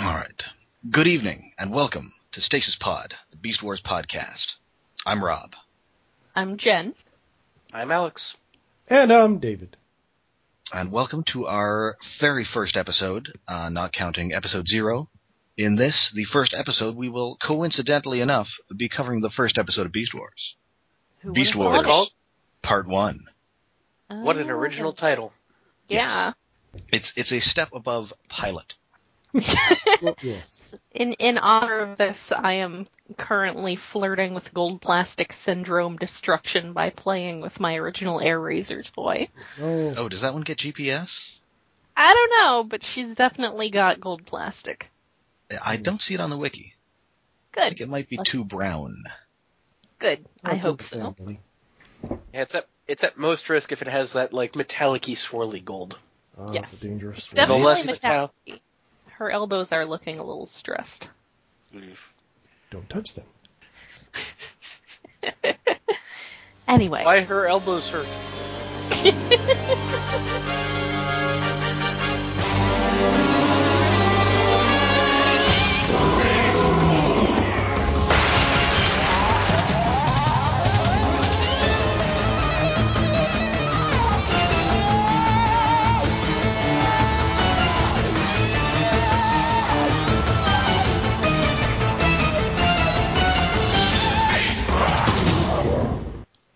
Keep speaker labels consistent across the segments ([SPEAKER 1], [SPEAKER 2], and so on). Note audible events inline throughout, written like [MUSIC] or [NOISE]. [SPEAKER 1] All right. Good evening and welcome to Stasis Pod, the Beast Wars podcast. I'm Rob.
[SPEAKER 2] I'm Jen.
[SPEAKER 3] I'm Alex.
[SPEAKER 4] And I'm David.
[SPEAKER 2] [LAUGHS]
[SPEAKER 1] and welcome to our very first episode, uh, not counting episode zero. In this, the first episode, we will coincidentally enough be covering the first episode of Beast Wars,
[SPEAKER 2] Who
[SPEAKER 1] Beast
[SPEAKER 2] would've thought
[SPEAKER 1] Wars.
[SPEAKER 2] it?
[SPEAKER 3] called?
[SPEAKER 1] Part One.
[SPEAKER 3] What an
[SPEAKER 2] Oh,
[SPEAKER 3] original title.
[SPEAKER 2] Yeah.
[SPEAKER 1] It's it's a step above pilot.
[SPEAKER 4] Well, yes.
[SPEAKER 2] In in honor of this, I am currently flirting with gold plastic syndrome destruction by playing with my original Air Razors boy.
[SPEAKER 4] Oh,
[SPEAKER 1] Oh, does that one get GPS?
[SPEAKER 2] I don't know, but she's definitely got gold plastic.
[SPEAKER 1] I don't see it on the wiki. I think
[SPEAKER 2] Good,
[SPEAKER 1] it might be too brown.
[SPEAKER 2] good. I
[SPEAKER 4] that's
[SPEAKER 2] hope so.
[SPEAKER 4] understandable.
[SPEAKER 3] Yeah, it's at it's at most risk if it has that like metallic-y swirly gold.
[SPEAKER 4] Ah,
[SPEAKER 2] Yes.
[SPEAKER 4] the dangerous
[SPEAKER 2] It's
[SPEAKER 4] one.
[SPEAKER 3] The
[SPEAKER 2] definitely
[SPEAKER 3] less
[SPEAKER 2] metallic. Her elbows are looking a little stressed.
[SPEAKER 4] Don't touch them.
[SPEAKER 2] Anyway,
[SPEAKER 3] Why her elbows hurt?
[SPEAKER 2] [LAUGHS]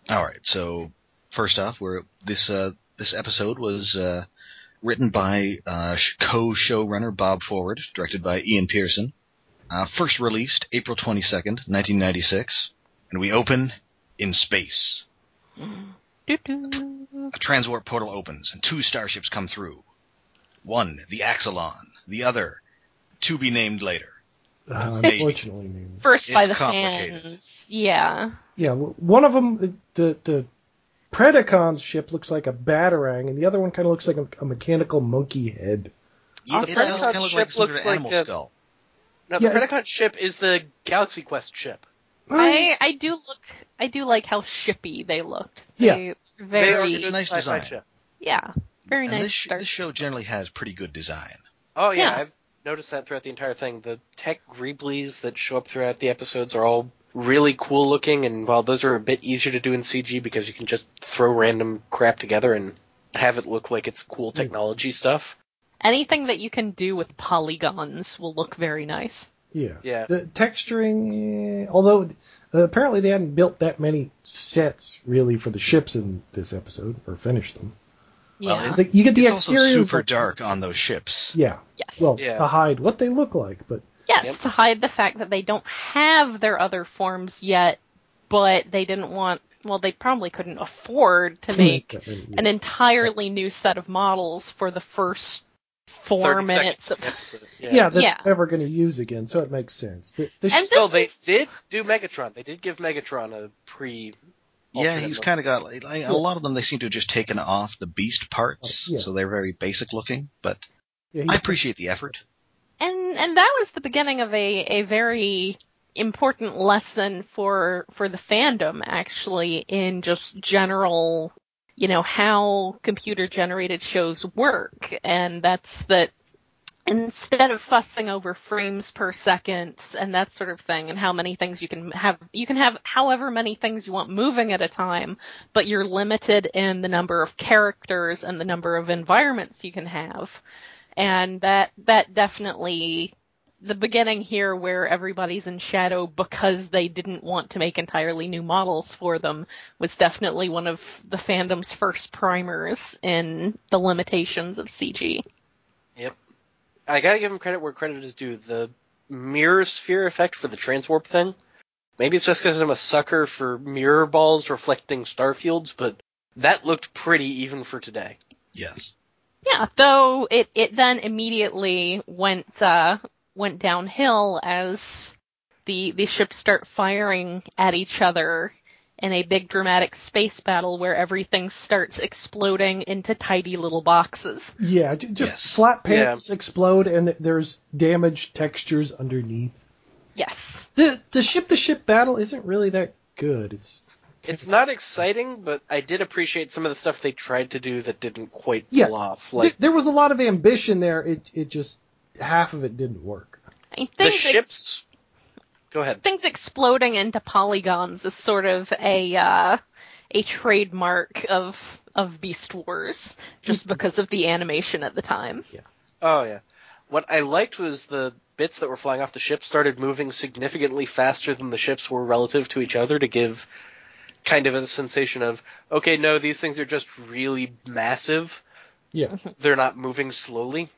[SPEAKER 1] All right. So first off, we're this uh, this episode was uh, written by uh, sh- co-showrunner Bob Forward, directed by Ian Pearson. Uh, first released April twenty second, nineteen ninety six, and we open in space.
[SPEAKER 2] Doo-doo.
[SPEAKER 1] A transwarp portal opens, and two starships come through. One, the Axalon. The other, to be named later.
[SPEAKER 2] Um,
[SPEAKER 4] Uh,
[SPEAKER 1] Maybe.
[SPEAKER 4] unfortunately, maybe.
[SPEAKER 2] first by
[SPEAKER 1] It's
[SPEAKER 2] the
[SPEAKER 1] complicated.
[SPEAKER 2] fans. Yeah.
[SPEAKER 4] yeah. w- One of them, the the Predacons ship looks like a batarang, and the other one kind of looks like a, a mechanical monkey head.
[SPEAKER 1] Yeah,
[SPEAKER 2] The
[SPEAKER 1] it does
[SPEAKER 2] Predacon
[SPEAKER 1] kind of look
[SPEAKER 3] ship
[SPEAKER 1] like some
[SPEAKER 3] looks
[SPEAKER 1] sort of animal
[SPEAKER 3] like a-
[SPEAKER 1] skull.
[SPEAKER 3] No, the
[SPEAKER 4] Yeah, it-
[SPEAKER 3] Predacon ship is the Galaxy Quest ship.
[SPEAKER 2] I I do look I do like how shippy they looked.
[SPEAKER 4] Yeah.
[SPEAKER 2] They
[SPEAKER 3] They are
[SPEAKER 2] very
[SPEAKER 3] a
[SPEAKER 1] It's
[SPEAKER 3] good
[SPEAKER 1] nice
[SPEAKER 3] sci-fi
[SPEAKER 1] design.
[SPEAKER 3] ship.
[SPEAKER 2] yeah. Very
[SPEAKER 1] and
[SPEAKER 2] nice.
[SPEAKER 1] this, sh-
[SPEAKER 2] start.
[SPEAKER 1] this show generally has pretty good design.
[SPEAKER 3] Oh yeah,
[SPEAKER 2] Yeah.
[SPEAKER 3] I've noticed that throughout the entire thing. The tech greeblies that show up throughout the episodes are all really cool looking, and while those are a bit easier to do in CG because you can just throw random crap together and have it look like it's cool technology stuff.
[SPEAKER 2] Anything that you can do with polygons will look very nice.
[SPEAKER 4] Yeah.
[SPEAKER 3] Yeah.
[SPEAKER 4] The texturing, eh, although uh, apparently they hadn't built that many sets really for the ships in this episode or finished them.
[SPEAKER 1] Well,
[SPEAKER 2] Yeah.
[SPEAKER 1] it-
[SPEAKER 4] The- you get the
[SPEAKER 1] it's also
[SPEAKER 4] exterior.
[SPEAKER 1] super dark on those ships.
[SPEAKER 4] Yeah.
[SPEAKER 2] yes.
[SPEAKER 4] Well,
[SPEAKER 3] Yeah.
[SPEAKER 4] to hide what they look like, but
[SPEAKER 2] yes,
[SPEAKER 3] Yep.
[SPEAKER 2] to hide the fact that they don't have their other forms yet, but they didn't want well, they probably couldn't afford to make
[SPEAKER 4] that many-
[SPEAKER 2] an entirely new set of models for the first four
[SPEAKER 3] 30 seconds
[SPEAKER 2] minutes of
[SPEAKER 3] episode.
[SPEAKER 4] yeah, that's
[SPEAKER 2] Yeah.
[SPEAKER 4] never going to use again, so it makes sense. The, the
[SPEAKER 2] And
[SPEAKER 4] sh-
[SPEAKER 3] Still,
[SPEAKER 2] This
[SPEAKER 3] they
[SPEAKER 2] is-
[SPEAKER 3] did do Megatron. They did give Megatron a pre.
[SPEAKER 1] Yeah, he's kind of got like, like, a lot of them. They seem to have just taken off the beast parts,
[SPEAKER 4] Oh, yeah.
[SPEAKER 1] so they're very basic looking. But
[SPEAKER 4] yeah,
[SPEAKER 1] I
[SPEAKER 4] he-
[SPEAKER 1] appreciate the effort.
[SPEAKER 2] and and that was the beginning of a a very important lesson for for the fandom actually in just general you know how computer generated shows work and that's that instead of fussing over frames per second and that sort of thing and how many things you can have you can have however many things you want moving at a time but you're limited in the number of characters and the number of environments you can have and that that definitely the beginning here where everybody's in shadow because they didn't want to make entirely new models for them was definitely one of the fandom's first primers in the limitations of CG.
[SPEAKER 3] I gotta give him credit where credit is due. The mirror sphere effect for the transwarp thing. Maybe it's just because I'm a sucker for mirror balls reflecting star fields, but that looked pretty even for today.
[SPEAKER 1] Yes,
[SPEAKER 2] Yeah, though it, it then immediately went uh, went downhill as the the ships start firing at each other in a big dramatic space battle where everything starts exploding into tidy little boxes.
[SPEAKER 4] yeah, ju- just
[SPEAKER 1] Yes.
[SPEAKER 4] flat panels explode, and th- there's damaged textures underneath.
[SPEAKER 2] Yes.
[SPEAKER 4] The the ship to ship battle isn't really that good. It's
[SPEAKER 3] It's not exciting, but I did appreciate some of the stuff they tried to do that didn't quite
[SPEAKER 4] Yeah.
[SPEAKER 3] pull off.
[SPEAKER 4] th-
[SPEAKER 3] Like
[SPEAKER 4] there was a lot of ambition there. It it just half of it didn't work.
[SPEAKER 2] I mean,
[SPEAKER 3] The
[SPEAKER 2] things ex-
[SPEAKER 3] ships. Go ahead.
[SPEAKER 2] things exploding into polygons is sort of a uh, a trademark of of Beast Wars, just because of the animation at the time.
[SPEAKER 3] Oh yeah. What I liked was the bits that were flying off the ship started moving significantly faster than the ships were relative to each other to give kind of a sensation of okay, no, these things are just really massive.
[SPEAKER 4] Yeah.
[SPEAKER 3] They're not moving slowly.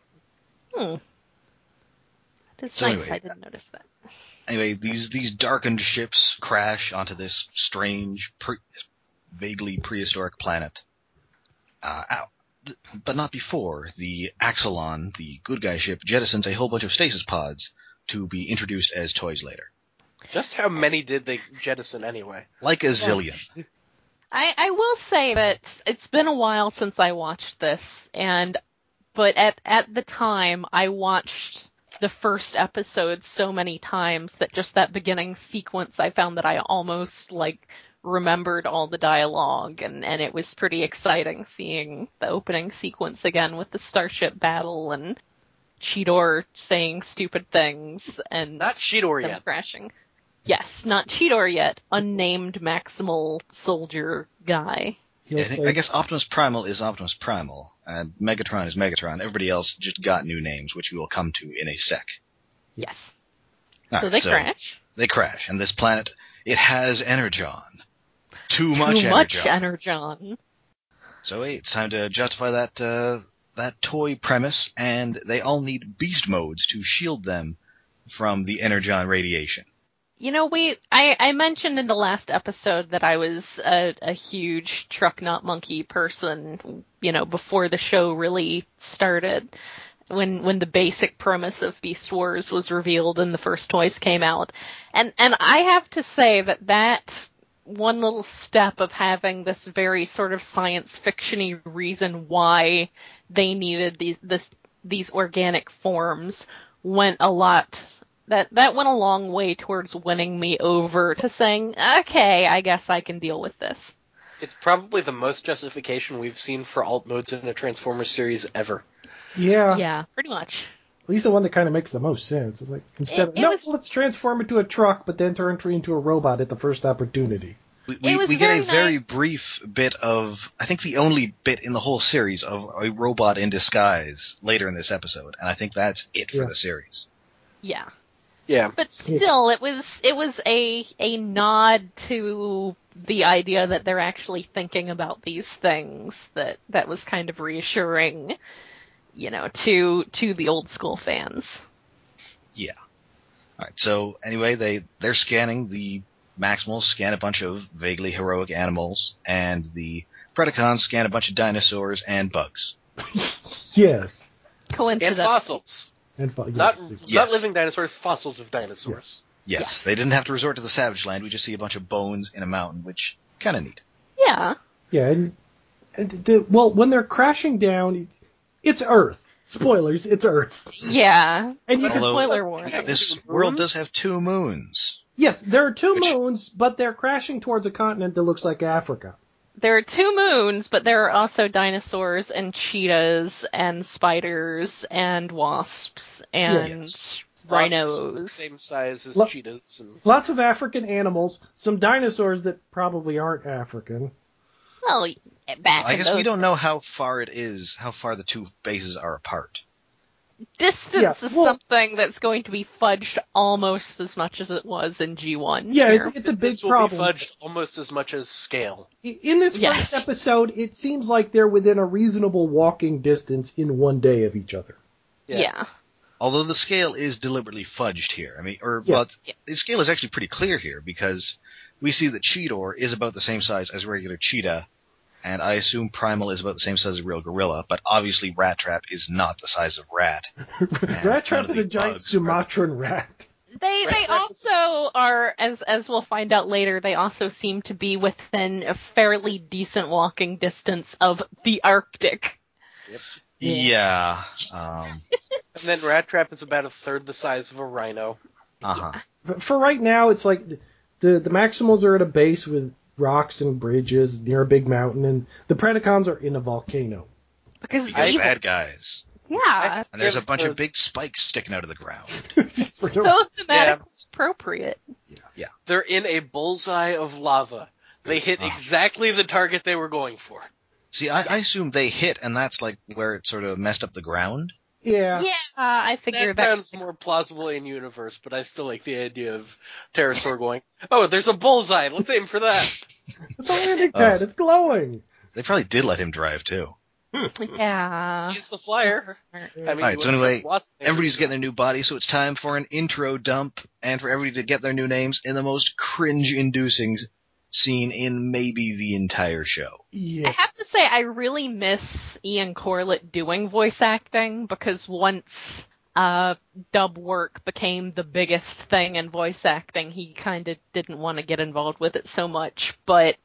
[SPEAKER 2] Hmm. That's
[SPEAKER 1] So
[SPEAKER 2] nice.
[SPEAKER 1] anyway-
[SPEAKER 2] I didn't notice that.
[SPEAKER 1] Anyway, these these darkened ships crash onto this strange, pre- vaguely prehistoric planet. Uh, ow. Th- But not before the Axelon, the good guy ship, jettisons a whole bunch of stasis pods to be introduced as toys later,
[SPEAKER 3] Just how many did they jettison anyway?
[SPEAKER 1] like a zillion.
[SPEAKER 2] I, I will say that it's been a while since I watched this, and but at at the time I watched the first episode so many times that just that beginning sequence I found that I almost like remembered all the dialogue and and it was pretty exciting seeing the opening sequence again with the starship battle and Cheetor saying stupid things and
[SPEAKER 3] Not Cheetor
[SPEAKER 2] them
[SPEAKER 3] yet.
[SPEAKER 2] crashing. Yes, not Cheetor yet. Unnamed Maximal soldier guy.
[SPEAKER 4] He'll
[SPEAKER 1] I, think, I guess Optimus Primal is Optimus Primal, and Megatron is Megatron. Everybody else just got new names, which we will come to in a sec.
[SPEAKER 2] Yes. so
[SPEAKER 1] Alright,
[SPEAKER 2] they crash.
[SPEAKER 1] They crash, and this planet it has energon, too, much
[SPEAKER 2] Too much
[SPEAKER 1] energon.
[SPEAKER 2] energon.
[SPEAKER 1] so hey, it's time to justify that uh, that toy premise, and they all need beast modes to shield them from the energon radiation.
[SPEAKER 2] You know, we I, I mentioned in the last episode that I was a, a huge truck not monkey person, you know, before the show really started. When when the basic premise of Beast Wars was revealed and the first toys came out. And and I have to say that that one little step of having this very sort of science fictiony reason why they needed these this these organic forms went a lot that that went a long way towards winning me over to saying, okay, I guess I can deal with this.
[SPEAKER 3] It's probably the most justification we've seen for alt modes in a Transformers series ever.
[SPEAKER 4] yeah.
[SPEAKER 2] yeah, pretty much.
[SPEAKER 4] At least the one that kind of makes the most sense. It's like instead of
[SPEAKER 2] it
[SPEAKER 4] no,
[SPEAKER 2] was-
[SPEAKER 4] let's transform into a truck, but then turn it into a robot at the first opportunity.
[SPEAKER 1] We, we,
[SPEAKER 2] was
[SPEAKER 1] we get a
[SPEAKER 2] very
[SPEAKER 1] very
[SPEAKER 2] nice.
[SPEAKER 1] brief bit of, I think the only bit in the whole series of a robot in disguise later in this episode, and I think that's it for
[SPEAKER 4] Yeah.
[SPEAKER 1] the series.
[SPEAKER 2] Yeah.
[SPEAKER 3] Yeah.
[SPEAKER 2] But still it was it was a a nod to the idea that they're actually thinking about these things that that was kind of reassuring, you know, to to the old school fans.
[SPEAKER 1] All right. So anyway, they they're scanning the Maximals scan a bunch of vaguely heroic animals, and the Predacons scan a bunch of dinosaurs and bugs.
[SPEAKER 4] Yes.
[SPEAKER 3] And
[SPEAKER 2] Coincidence.
[SPEAKER 3] fossils.
[SPEAKER 4] And fo-
[SPEAKER 3] Not
[SPEAKER 4] yes.
[SPEAKER 1] Yes.
[SPEAKER 3] not living dinosaurs, fossils of dinosaurs.
[SPEAKER 1] Yes,
[SPEAKER 2] Yes.
[SPEAKER 1] they didn't have to resort to the savage land. We just see a bunch of bones in a mountain, which kind of neat.
[SPEAKER 2] Yeah.
[SPEAKER 4] Yeah, and, and the, well, when they're crashing down, it's Earth. Spoilers, it's Earth.
[SPEAKER 2] Yeah.
[SPEAKER 4] And you
[SPEAKER 1] Although-
[SPEAKER 4] can,
[SPEAKER 2] Spoiler warning.
[SPEAKER 3] Yeah,
[SPEAKER 1] This
[SPEAKER 3] two
[SPEAKER 1] world does
[SPEAKER 3] moons?
[SPEAKER 1] have two moons.
[SPEAKER 4] yes, there are two
[SPEAKER 1] Which-
[SPEAKER 4] moons, but they're crashing towards a continent that looks like Africa.
[SPEAKER 2] There are two moons, but there are also dinosaurs and cheetahs and spiders and wasps and
[SPEAKER 1] Yes.
[SPEAKER 2] rhinos.
[SPEAKER 3] Same size as
[SPEAKER 4] Look-
[SPEAKER 3] cheetahs and
[SPEAKER 4] Lots of African animals, some dinosaurs that probably aren't African.
[SPEAKER 2] Well, back
[SPEAKER 1] I
[SPEAKER 2] [LAUGHS] in
[SPEAKER 1] guess
[SPEAKER 2] those
[SPEAKER 1] we don't know
[SPEAKER 2] days.
[SPEAKER 1] how far it is, how far the two bases are apart.
[SPEAKER 2] distance
[SPEAKER 4] Yeah,
[SPEAKER 2] is
[SPEAKER 4] well-
[SPEAKER 2] something that's going to be fudged almost as much as it was in G1.
[SPEAKER 4] Yeah,
[SPEAKER 2] here.
[SPEAKER 4] it's, it's a big
[SPEAKER 3] This will
[SPEAKER 4] problem.
[SPEAKER 3] be fudged almost as much as scale.
[SPEAKER 4] In this
[SPEAKER 2] Yes.
[SPEAKER 4] first episode, it seems like they're within a reasonable walking distance in one day of each other.
[SPEAKER 3] yeah.
[SPEAKER 2] yeah.
[SPEAKER 1] Although the scale is deliberately fudged here. I mean, or
[SPEAKER 4] Yeah.
[SPEAKER 1] but
[SPEAKER 2] Yeah.
[SPEAKER 1] the scale is actually pretty clear here because we see that Cheetor is about the same size as regular cheetah, and I assume Primal is about the same size as a real gorilla. But obviously, Rat Trap is not the size of Rat. And
[SPEAKER 4] [LAUGHS] rat
[SPEAKER 1] none
[SPEAKER 4] trap
[SPEAKER 1] of
[SPEAKER 4] is
[SPEAKER 1] the
[SPEAKER 4] a giant
[SPEAKER 1] bugs are-
[SPEAKER 4] Sumatran rat.
[SPEAKER 2] They they
[SPEAKER 3] Right.
[SPEAKER 2] also are as as we'll find out later. They also seem to be within a fairly decent walking distance of the Arctic.
[SPEAKER 1] Yeah. Um,
[SPEAKER 3] And then Rat Trap is about a third the size of a rhino.
[SPEAKER 1] uh huh.
[SPEAKER 4] But for right now, it's like the the Maximals are at a base with rocks and bridges near a big mountain, and the Predacons are in a volcano.
[SPEAKER 2] Because
[SPEAKER 1] Because
[SPEAKER 2] evil.
[SPEAKER 1] bad guys.
[SPEAKER 2] Yeah.
[SPEAKER 1] And there's a
[SPEAKER 3] Give
[SPEAKER 1] bunch
[SPEAKER 3] the-
[SPEAKER 1] of big spikes sticking out of the ground.
[SPEAKER 2] So
[SPEAKER 4] For no-
[SPEAKER 2] thematically
[SPEAKER 3] Yeah.
[SPEAKER 2] appropriate.
[SPEAKER 3] They're in a bullseye of lava. They hit
[SPEAKER 1] Ah.
[SPEAKER 3] exactly the target they were going for.
[SPEAKER 1] See, I, I assume they hit, and that's like where it sort of messed up the ground.
[SPEAKER 4] yeah.
[SPEAKER 2] Yeah, I figured
[SPEAKER 3] That
[SPEAKER 2] that.
[SPEAKER 3] sounds more plausible in universe, but I still like the idea of pterosaur going, "Oh, there's a bullseye. Let's aim for that."
[SPEAKER 4] It's a landing pad. it's glowing.
[SPEAKER 1] They probably did let him drive too.
[SPEAKER 2] Yeah.
[SPEAKER 3] He's the flyer. I mean,
[SPEAKER 1] Alright,
[SPEAKER 3] he
[SPEAKER 1] so
[SPEAKER 3] would've
[SPEAKER 1] anyway,
[SPEAKER 3] just lost it.
[SPEAKER 1] Everybody's getting their new body, so it's time for an intro dump, and for everybody to get their new names in the most cringe-inducing scene in maybe the entire show.
[SPEAKER 2] I [LAUGHS]
[SPEAKER 4] yeah.
[SPEAKER 2] have to say, I really miss Ian Corlett doing voice acting because once uh, dub work became the biggest thing in voice acting, he kind of didn't want to get involved with it so much. But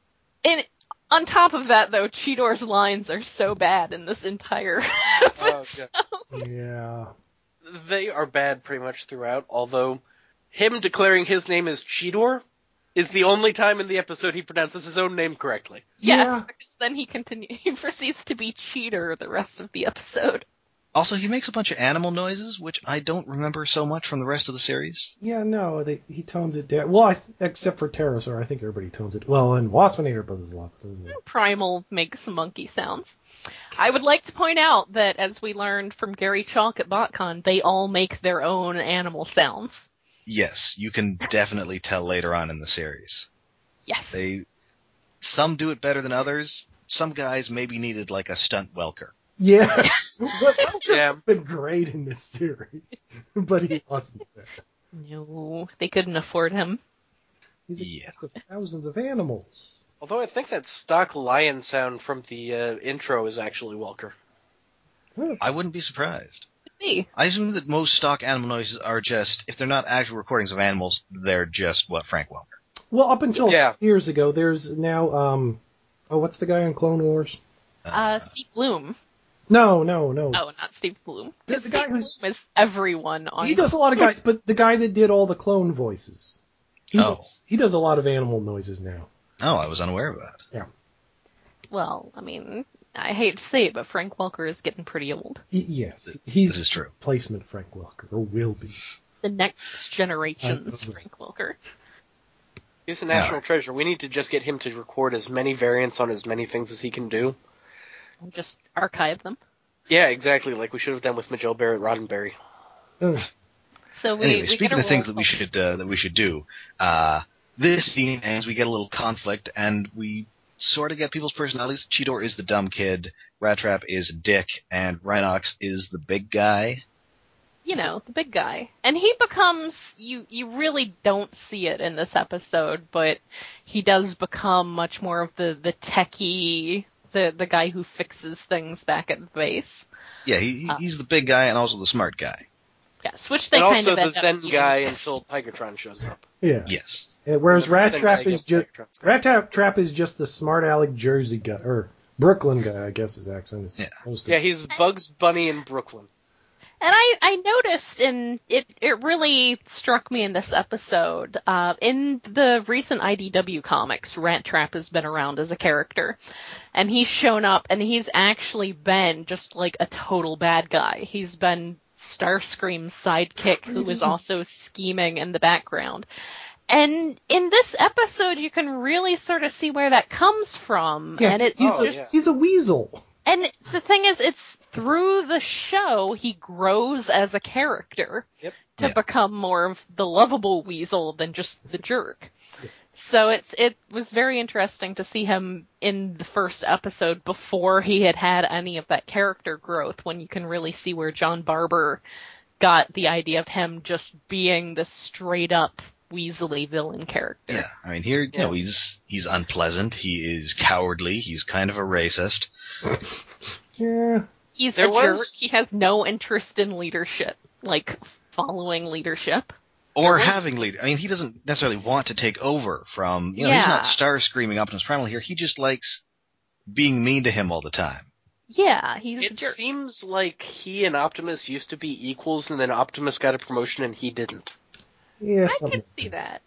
[SPEAKER 2] in, on top of that, though, Cheetor's lines are so bad in this entire [LAUGHS]
[SPEAKER 3] Oh,
[SPEAKER 2] episode.
[SPEAKER 3] God.
[SPEAKER 4] Yeah.
[SPEAKER 3] They are bad pretty much throughout. Although him declaring his name as Cheetor is the only time in the episode he pronounces his own name correctly.
[SPEAKER 2] Yes,
[SPEAKER 4] Yeah.
[SPEAKER 2] because then he continue [LAUGHS] he proceeds to be cheater the rest of the episode.
[SPEAKER 1] Also, he makes a bunch of animal noises, which I don't remember so much from the rest of the series.
[SPEAKER 4] Yeah, no, they, he tones it down. Well, I, th- except for Pterosaur, I think everybody tones it. Well, and Waspinator buzzes
[SPEAKER 2] [LAUGHS]
[SPEAKER 4] a lot. doesn't it?
[SPEAKER 2] Primal makes monkey sounds. I would like to point out that as we learned from Gary Chalk at BotCon, they all make their own animal sounds.
[SPEAKER 1] Yes, you can definitely tell later on in the series.
[SPEAKER 2] Yes.
[SPEAKER 1] They some do it better than others. Some guys maybe needed like a stunt welker.
[SPEAKER 4] Yeah. but Welker's
[SPEAKER 3] Yeah.
[SPEAKER 4] [LAUGHS] been great in this series, [LAUGHS] but he wasn't there.
[SPEAKER 2] no, they couldn't afford him.
[SPEAKER 4] He's a
[SPEAKER 1] Yeah.
[SPEAKER 4] cast of thousands of animals.
[SPEAKER 3] Although I think that stock lion sound from the uh, intro is actually Welker.
[SPEAKER 4] Huh.
[SPEAKER 1] I wouldn't be surprised.
[SPEAKER 2] Could be.
[SPEAKER 1] I assume that most stock animal noises are just if they're not actual recordings of animals, they're just what Frank Welker.
[SPEAKER 4] Well, up until
[SPEAKER 3] Yeah.
[SPEAKER 4] years ago, there's now, um, oh, what's the guy on Clone Wars?
[SPEAKER 2] Uh, Steve Bloom.
[SPEAKER 4] No, no, no.
[SPEAKER 2] Oh, not Steve Bloom.
[SPEAKER 4] There's the
[SPEAKER 2] Steve
[SPEAKER 4] guy
[SPEAKER 2] Bloom
[SPEAKER 4] who's-
[SPEAKER 2] is everyone on.
[SPEAKER 4] He does a lot of guys, but the guy that did all the clone voices. He,
[SPEAKER 1] Oh.
[SPEAKER 4] does, he does a lot of animal noises now.
[SPEAKER 1] Oh, I was unaware of that.
[SPEAKER 2] Well, I mean, I hate to say it, but Frank Welker is getting pretty old.
[SPEAKER 4] Y- yes,
[SPEAKER 1] This is
[SPEAKER 4] he's
[SPEAKER 1] true.
[SPEAKER 4] placement Frank Welker, or will
[SPEAKER 1] [LAUGHS]
[SPEAKER 4] be.
[SPEAKER 2] The next generation's
[SPEAKER 4] Uh,
[SPEAKER 2] Frank Welker.
[SPEAKER 3] He's a national treasure. We need to just get him to record as many variants on as many things as he can do.
[SPEAKER 2] I'll just archive them.
[SPEAKER 3] Yeah, exactly. Like we should have done with Majel Barrett Roddenberry.
[SPEAKER 4] Ugh.
[SPEAKER 2] So we,
[SPEAKER 1] anyway,
[SPEAKER 2] we
[SPEAKER 1] speaking
[SPEAKER 2] get a
[SPEAKER 1] of things
[SPEAKER 2] roll
[SPEAKER 1] that we
[SPEAKER 2] call.
[SPEAKER 1] should uh, that we should do, uh, this scene ends. We get a little conflict, and we sort of get people's personalities. Cheetor is the dumb kid, Rat Trap is a dick, and Rhinox is the big guy.
[SPEAKER 2] you know, the big guy. And he becomes you you really don't see it in this episode, but he does become much more of the the techie the the guy who fixes things back at the base.
[SPEAKER 1] Yeah, he,
[SPEAKER 2] Uh.
[SPEAKER 1] he- he's the big guy and also the smart guy.
[SPEAKER 2] Yes, which they
[SPEAKER 3] and
[SPEAKER 2] kind
[SPEAKER 3] also
[SPEAKER 2] of
[SPEAKER 3] the
[SPEAKER 2] end up
[SPEAKER 3] Zen
[SPEAKER 2] being.
[SPEAKER 3] guy until Tigertron shows up.
[SPEAKER 4] Yeah.
[SPEAKER 1] Yes,
[SPEAKER 4] And whereas
[SPEAKER 3] The
[SPEAKER 4] Rat
[SPEAKER 3] Zen guy
[SPEAKER 4] Trap is
[SPEAKER 3] against
[SPEAKER 4] just
[SPEAKER 3] Tigertron's guy.
[SPEAKER 4] Rat Trap Trap is just the smart aleck Jersey guy or Brooklyn guy, I guess his accent is
[SPEAKER 1] Yeah.
[SPEAKER 4] supposed to.
[SPEAKER 3] Yeah, he's Bugs Bunny in Brooklyn.
[SPEAKER 2] And I, I noticed, and it, it really struck me in this episode, uh, in the recent IDW comics, Rat Trap has been around as a character. And he's shown up, and he's actually been just like a total bad guy. He's been Starscream's sidekick, who was also scheming in the background. And in this episode, you can really sort of see where that comes from.
[SPEAKER 4] Yeah,
[SPEAKER 2] and it's
[SPEAKER 4] he's,
[SPEAKER 3] Oh,
[SPEAKER 4] a,
[SPEAKER 2] just
[SPEAKER 3] yeah.
[SPEAKER 4] he's a weasel.
[SPEAKER 2] and the thing is, it's through the show he grows as a character
[SPEAKER 3] Yep.
[SPEAKER 2] to
[SPEAKER 1] Yeah.
[SPEAKER 2] become more of the lovable weasel than just the jerk. So it's it was very interesting to see him in the first episode before he had had any of that character growth when you can really see where John Barber got the idea of him just being the straight up weaselly villain character.
[SPEAKER 1] yeah. I mean, here you know he's he's unpleasant. He is cowardly. He's kind of a racist.
[SPEAKER 4] Yeah.
[SPEAKER 2] He's
[SPEAKER 3] There
[SPEAKER 2] a
[SPEAKER 3] was-
[SPEAKER 2] jerk. He has no interest in leadership, like following leadership.
[SPEAKER 1] Or having leader. I mean, he doesn't necessarily want to take over from, you know, he's
[SPEAKER 2] Yeah.
[SPEAKER 1] not star screaming Optimus Primal here. He just likes being mean to him all the time.
[SPEAKER 2] Yeah, he's a
[SPEAKER 3] It
[SPEAKER 2] jerk.
[SPEAKER 3] seems like he and Optimus used to be equals, and then Optimus got a promotion and he didn't.
[SPEAKER 4] Yeah.
[SPEAKER 2] I
[SPEAKER 4] something
[SPEAKER 2] can
[SPEAKER 4] like
[SPEAKER 2] see
[SPEAKER 4] that.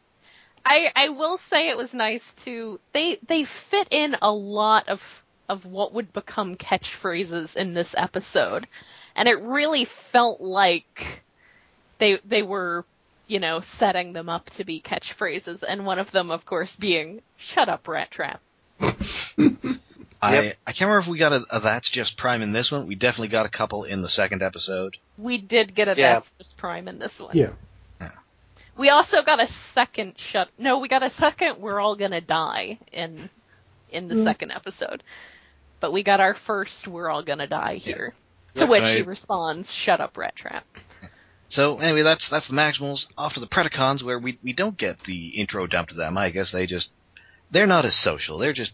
[SPEAKER 2] that. I I will say it was nice to they they fit in a lot of of what would become catchphrases in this episode. and it really felt like they they were you know setting them up to be catchphrases, and one of them, of course, being "Shut up, Rat Trap."
[SPEAKER 1] I I can't remember if we got a, a that's just prime in this one. We definitely got a couple in the second episode.
[SPEAKER 2] We did get a
[SPEAKER 3] Yeah.
[SPEAKER 2] that's just prime in this one.
[SPEAKER 4] Yeah.
[SPEAKER 2] We also got a second shut. No, we got a second. We're all gonna die in in the second episode, but we got our first. We're all gonna die here. To
[SPEAKER 1] Yeah,
[SPEAKER 2] which
[SPEAKER 1] I-
[SPEAKER 2] he responds, "Shut up, Rat Trap."
[SPEAKER 1] So anyway, that's that's the Maximals. Off to the Predacons, where we we don't get the intro dump to them. I guess they just they're not as social. They're just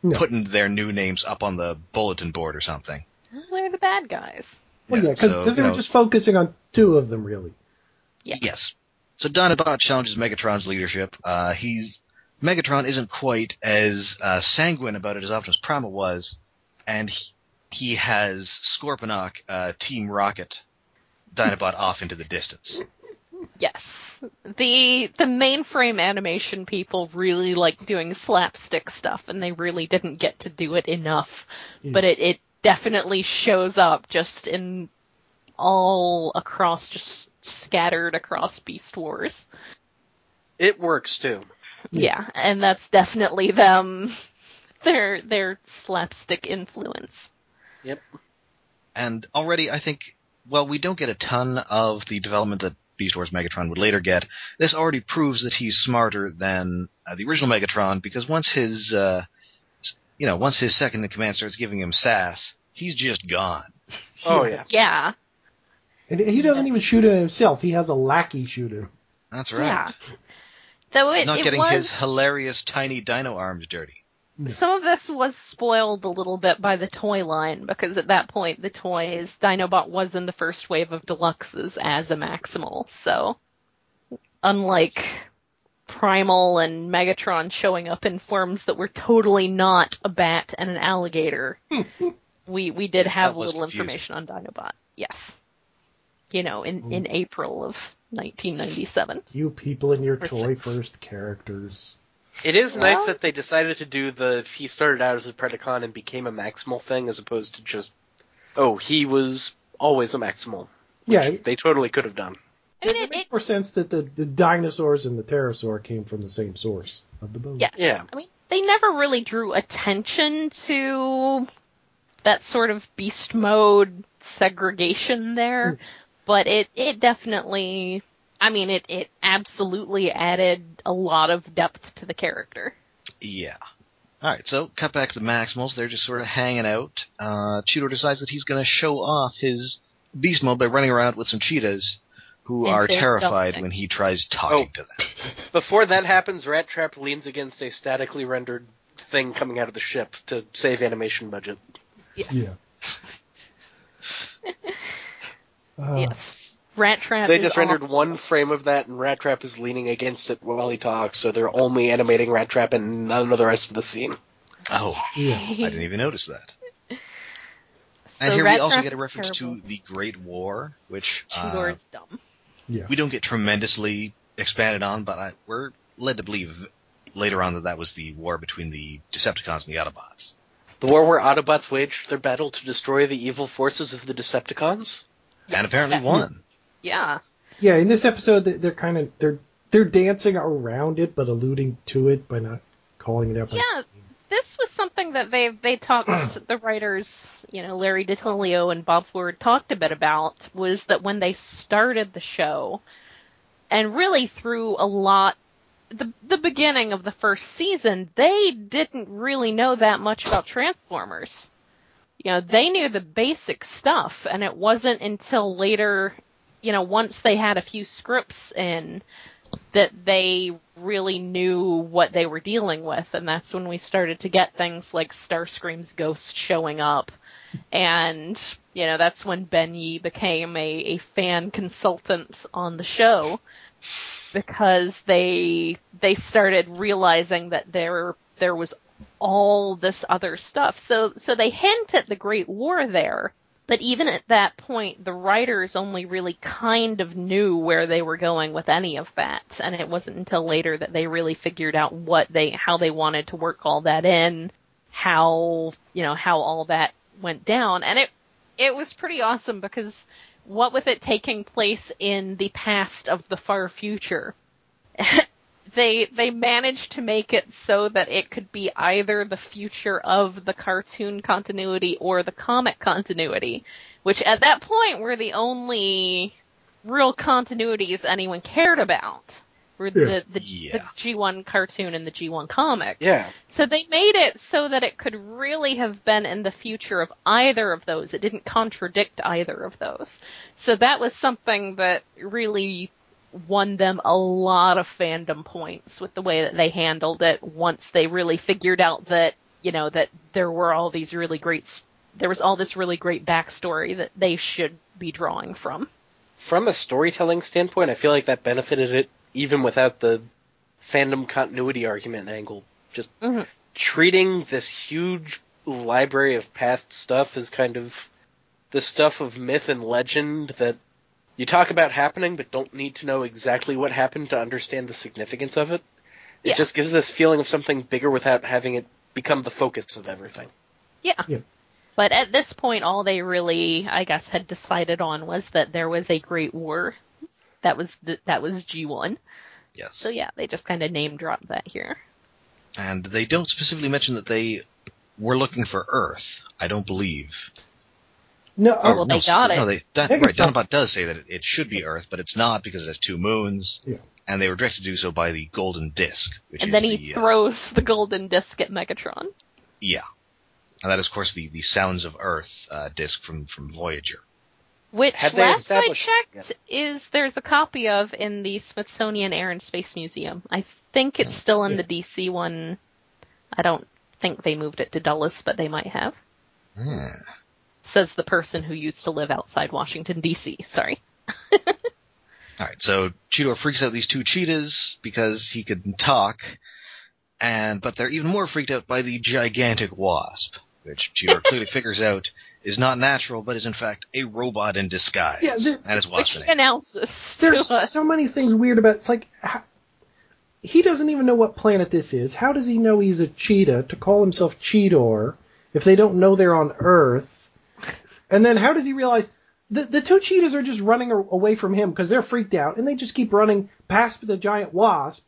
[SPEAKER 4] No.
[SPEAKER 1] putting their new names up on the bulletin board or something.
[SPEAKER 2] Well, Oh, They're the bad guys.
[SPEAKER 4] Well, yeah, because
[SPEAKER 1] so,
[SPEAKER 4] they
[SPEAKER 1] you
[SPEAKER 4] were
[SPEAKER 1] know,
[SPEAKER 4] just focusing on two of them, really.
[SPEAKER 1] Yes. So Dinobot challenges Megatron's leadership. Uh, he's Megatron isn't quite as uh, sanguine about it as Optimus Primal was, and he, he has Scorponok uh, team rocket Dinobot off into the distance.
[SPEAKER 2] Yes, the the mainframe animation people really like doing slapstick stuff, and they really didn't get to do it enough.
[SPEAKER 4] Yeah.
[SPEAKER 2] But it it definitely shows up just in all across, just scattered across Beast Wars.
[SPEAKER 3] It works too.
[SPEAKER 2] Yeah, and that's definitely them. [LAUGHS] Their their slapstick influence.
[SPEAKER 3] Yep.
[SPEAKER 1] And already, I think, well, we don't get a ton of the development that Beast Wars Megatron would later get. This already proves that he's smarter than uh, the original Megatron because once his, uh, s- you know, once his second in command starts giving him sass, he's just gone.
[SPEAKER 3] Oh yeah.
[SPEAKER 2] Yeah,
[SPEAKER 4] And he doesn't even shoot him himself. He has a lackey shoot him.
[SPEAKER 1] That's
[SPEAKER 2] yeah.
[SPEAKER 1] right.
[SPEAKER 2] Though it,
[SPEAKER 1] Not
[SPEAKER 2] it
[SPEAKER 1] getting
[SPEAKER 2] was
[SPEAKER 1] his hilarious tiny dino arms dirty.
[SPEAKER 2] some of this was spoiled a little bit by the toy line because at that point the toys Dinobot was in the first wave of deluxes as a Maximal, so unlike Primal and Megatron showing up in forms that were totally not a bat and
[SPEAKER 1] [LAUGHS]
[SPEAKER 2] an alligator, we we did
[SPEAKER 1] Yeah,
[SPEAKER 2] have
[SPEAKER 1] that
[SPEAKER 2] a
[SPEAKER 1] was
[SPEAKER 2] little
[SPEAKER 1] confusing.
[SPEAKER 2] information on Dinobot. Yes, you know, in in April of 1997.
[SPEAKER 4] You people and your
[SPEAKER 2] Or
[SPEAKER 4] toy
[SPEAKER 2] six.
[SPEAKER 4] first characters.
[SPEAKER 3] It is nice
[SPEAKER 2] Well-
[SPEAKER 3] that they decided to do the he started out as a Predacon and became a Maximal thing as opposed to just oh he was always a Maximal.
[SPEAKER 4] Yeah,
[SPEAKER 3] which
[SPEAKER 4] it,
[SPEAKER 3] they totally could have done.
[SPEAKER 2] I mean, it, it,
[SPEAKER 4] makes more sense that the, the dinosaurs and the pterosaur came from the same source of the bone.
[SPEAKER 2] Yeah.
[SPEAKER 3] Yeah,
[SPEAKER 2] I mean, they never really drew attention to that sort of beast mode segregation there,
[SPEAKER 1] Hmm.
[SPEAKER 2] but it, it definitely, I mean, it, it absolutely added a lot of depth to the character.
[SPEAKER 1] Yeah. All right, so cut back to the Maximals. They're just sort of hanging out. Uh, Cheeto decides that he's going to show off his beast mode by running around with some cheetahs, who
[SPEAKER 2] And
[SPEAKER 1] are
[SPEAKER 2] they're
[SPEAKER 1] terrified
[SPEAKER 2] dumplings.
[SPEAKER 1] when he tries talking to them.
[SPEAKER 3] Before that happens, Rat Trap leans against a statically rendered thing coming out of the ship to save animation budget.
[SPEAKER 2] Yes.
[SPEAKER 4] Yeah. [LAUGHS] Uh,
[SPEAKER 2] Yes. Rat Trap.
[SPEAKER 3] They
[SPEAKER 2] is
[SPEAKER 3] just rendered
[SPEAKER 2] awful.
[SPEAKER 3] one frame of that, and Rat Trap is leaning against it while he talks, so they're only animating Rat Trap and none of the rest of the scene.
[SPEAKER 1] Oh,
[SPEAKER 4] Yeah.
[SPEAKER 1] [LAUGHS]
[SPEAKER 2] [LAUGHS]
[SPEAKER 1] I didn't even notice that.
[SPEAKER 2] So
[SPEAKER 1] And here
[SPEAKER 2] Rat
[SPEAKER 1] we also
[SPEAKER 2] Trap
[SPEAKER 1] get a
[SPEAKER 2] is
[SPEAKER 1] reference
[SPEAKER 2] terrible.
[SPEAKER 1] to the Great War, which
[SPEAKER 2] Two
[SPEAKER 1] uh,
[SPEAKER 2] words dumb.
[SPEAKER 4] Yeah.
[SPEAKER 1] we don't get tremendously expanded on, but I, we're led to believe later on that that was the war between the Decepticons and the Autobots.
[SPEAKER 3] The war where Autobots waged their battle to destroy the evil forces of the Decepticons?
[SPEAKER 1] and apparently
[SPEAKER 2] that-
[SPEAKER 1] won.
[SPEAKER 2] Yeah.
[SPEAKER 4] Yeah, in this episode, they- they're kind of they're they're dancing around it, but alluding to it by not calling it out. by-
[SPEAKER 2] Yeah. This was something that they they talked the writers, you know, Larry DiTilio and Bob Ford talked a bit about was that when they started the show and really through a lot the the beginning of the first season, they didn't really know that much about Transformers. You know, they knew the basic stuff and it wasn't until later, you know, once they had a few scripts in that they really knew what they were dealing with, and that's when we started to get things like Starscream's ghost showing up, and you know that's when Ben Yee became a, a fan consultant on the show because they they started realizing that there there was all this other stuff. So so they hint at the Great War there. But even at that point, the writers only really kind of knew where they were going with any of that, and it wasn't until later that they really figured out what they, how they wanted to work all that in, how, you know, how all that went down, and it, it was pretty awesome because what with it taking place in the past of the far future, [LAUGHS] they they managed to make it so that it could be either the future of the cartoon continuity or the comic continuity, which at that point were the only real continuities anyone cared about. Were the, the, the
[SPEAKER 1] Yeah.
[SPEAKER 2] G1 cartoon and the G1 comic.
[SPEAKER 3] Yeah.
[SPEAKER 2] So they made it so that it could really have been in the future of either of those. It didn't contradict either of those. So that was something that really won them a lot of fandom points with the way that they handled it once they really figured out that, you know, that there were all these really great, s- there was all this really great backstory that they should be drawing from.
[SPEAKER 3] From a storytelling standpoint, I feel like that benefited it even without the fandom continuity argument angle. Just
[SPEAKER 2] Mhm.
[SPEAKER 3] treating this huge library of past stuff as kind of the stuff of myth and legend that you talk about happening but don't need to know exactly what happened to understand the significance of it. It
[SPEAKER 2] Yeah.
[SPEAKER 3] just gives this feeling of something bigger without having it become the focus of everything.
[SPEAKER 2] Yeah.
[SPEAKER 4] Yeah.
[SPEAKER 2] But at this point, all they really, I guess, had decided on was that there was a Great War. That was the, that was G1.
[SPEAKER 1] Yes.
[SPEAKER 2] So yeah, they just kind of name dropped that here.
[SPEAKER 1] and they don't specifically mention that they were looking for Earth. I don't believe.
[SPEAKER 4] No,
[SPEAKER 2] Oh,
[SPEAKER 4] uh,
[SPEAKER 2] well, they got
[SPEAKER 1] no,
[SPEAKER 2] it.
[SPEAKER 1] They, that,
[SPEAKER 4] They can
[SPEAKER 1] right,
[SPEAKER 4] stop-
[SPEAKER 1] Dinobot does say that it, it should be Earth, but it's not because it has two moons,
[SPEAKER 4] Yeah.
[SPEAKER 1] and they were directed to do so by the golden disc, which
[SPEAKER 2] And
[SPEAKER 1] is
[SPEAKER 2] then
[SPEAKER 1] the,
[SPEAKER 2] he
[SPEAKER 1] uh,
[SPEAKER 2] throws the golden disc at Megatron.
[SPEAKER 1] yeah, and that is of course the, the Sounds of Earth uh, disc from from Voyager.
[SPEAKER 2] Which
[SPEAKER 3] Have they
[SPEAKER 2] last I
[SPEAKER 3] established-
[SPEAKER 2] checked is there's a copy of in the Smithsonian Air and Space Museum. I think it's still in
[SPEAKER 4] Yeah.
[SPEAKER 2] the DC one. I don't think they moved it to Dulles, but they might have.
[SPEAKER 1] Hmm.
[SPEAKER 2] Says the person who used to live outside Washington DC. Sorry.
[SPEAKER 1] All right, so Cheetor freaks out these two cheetahs because he can talk, and but they're even more freaked out by the gigantic wasp, which
[SPEAKER 4] [LAUGHS]
[SPEAKER 1] Cheetor clearly figures out is not natural, but is in fact a robot in disguise.
[SPEAKER 4] Yeah, the-
[SPEAKER 1] that is
[SPEAKER 2] Which
[SPEAKER 1] Waspinator.
[SPEAKER 2] he announces [LAUGHS] to
[SPEAKER 4] there's
[SPEAKER 2] us.
[SPEAKER 4] so many things weird about. It's like how, he doesn't even know what planet this is. How does he know he's a cheetah to call himself Cheetor if they don't know they're on Earth? And then how does he realize the the two cheetahs are just running a- away from him because they're freaked out and they just keep running past the giant wasp.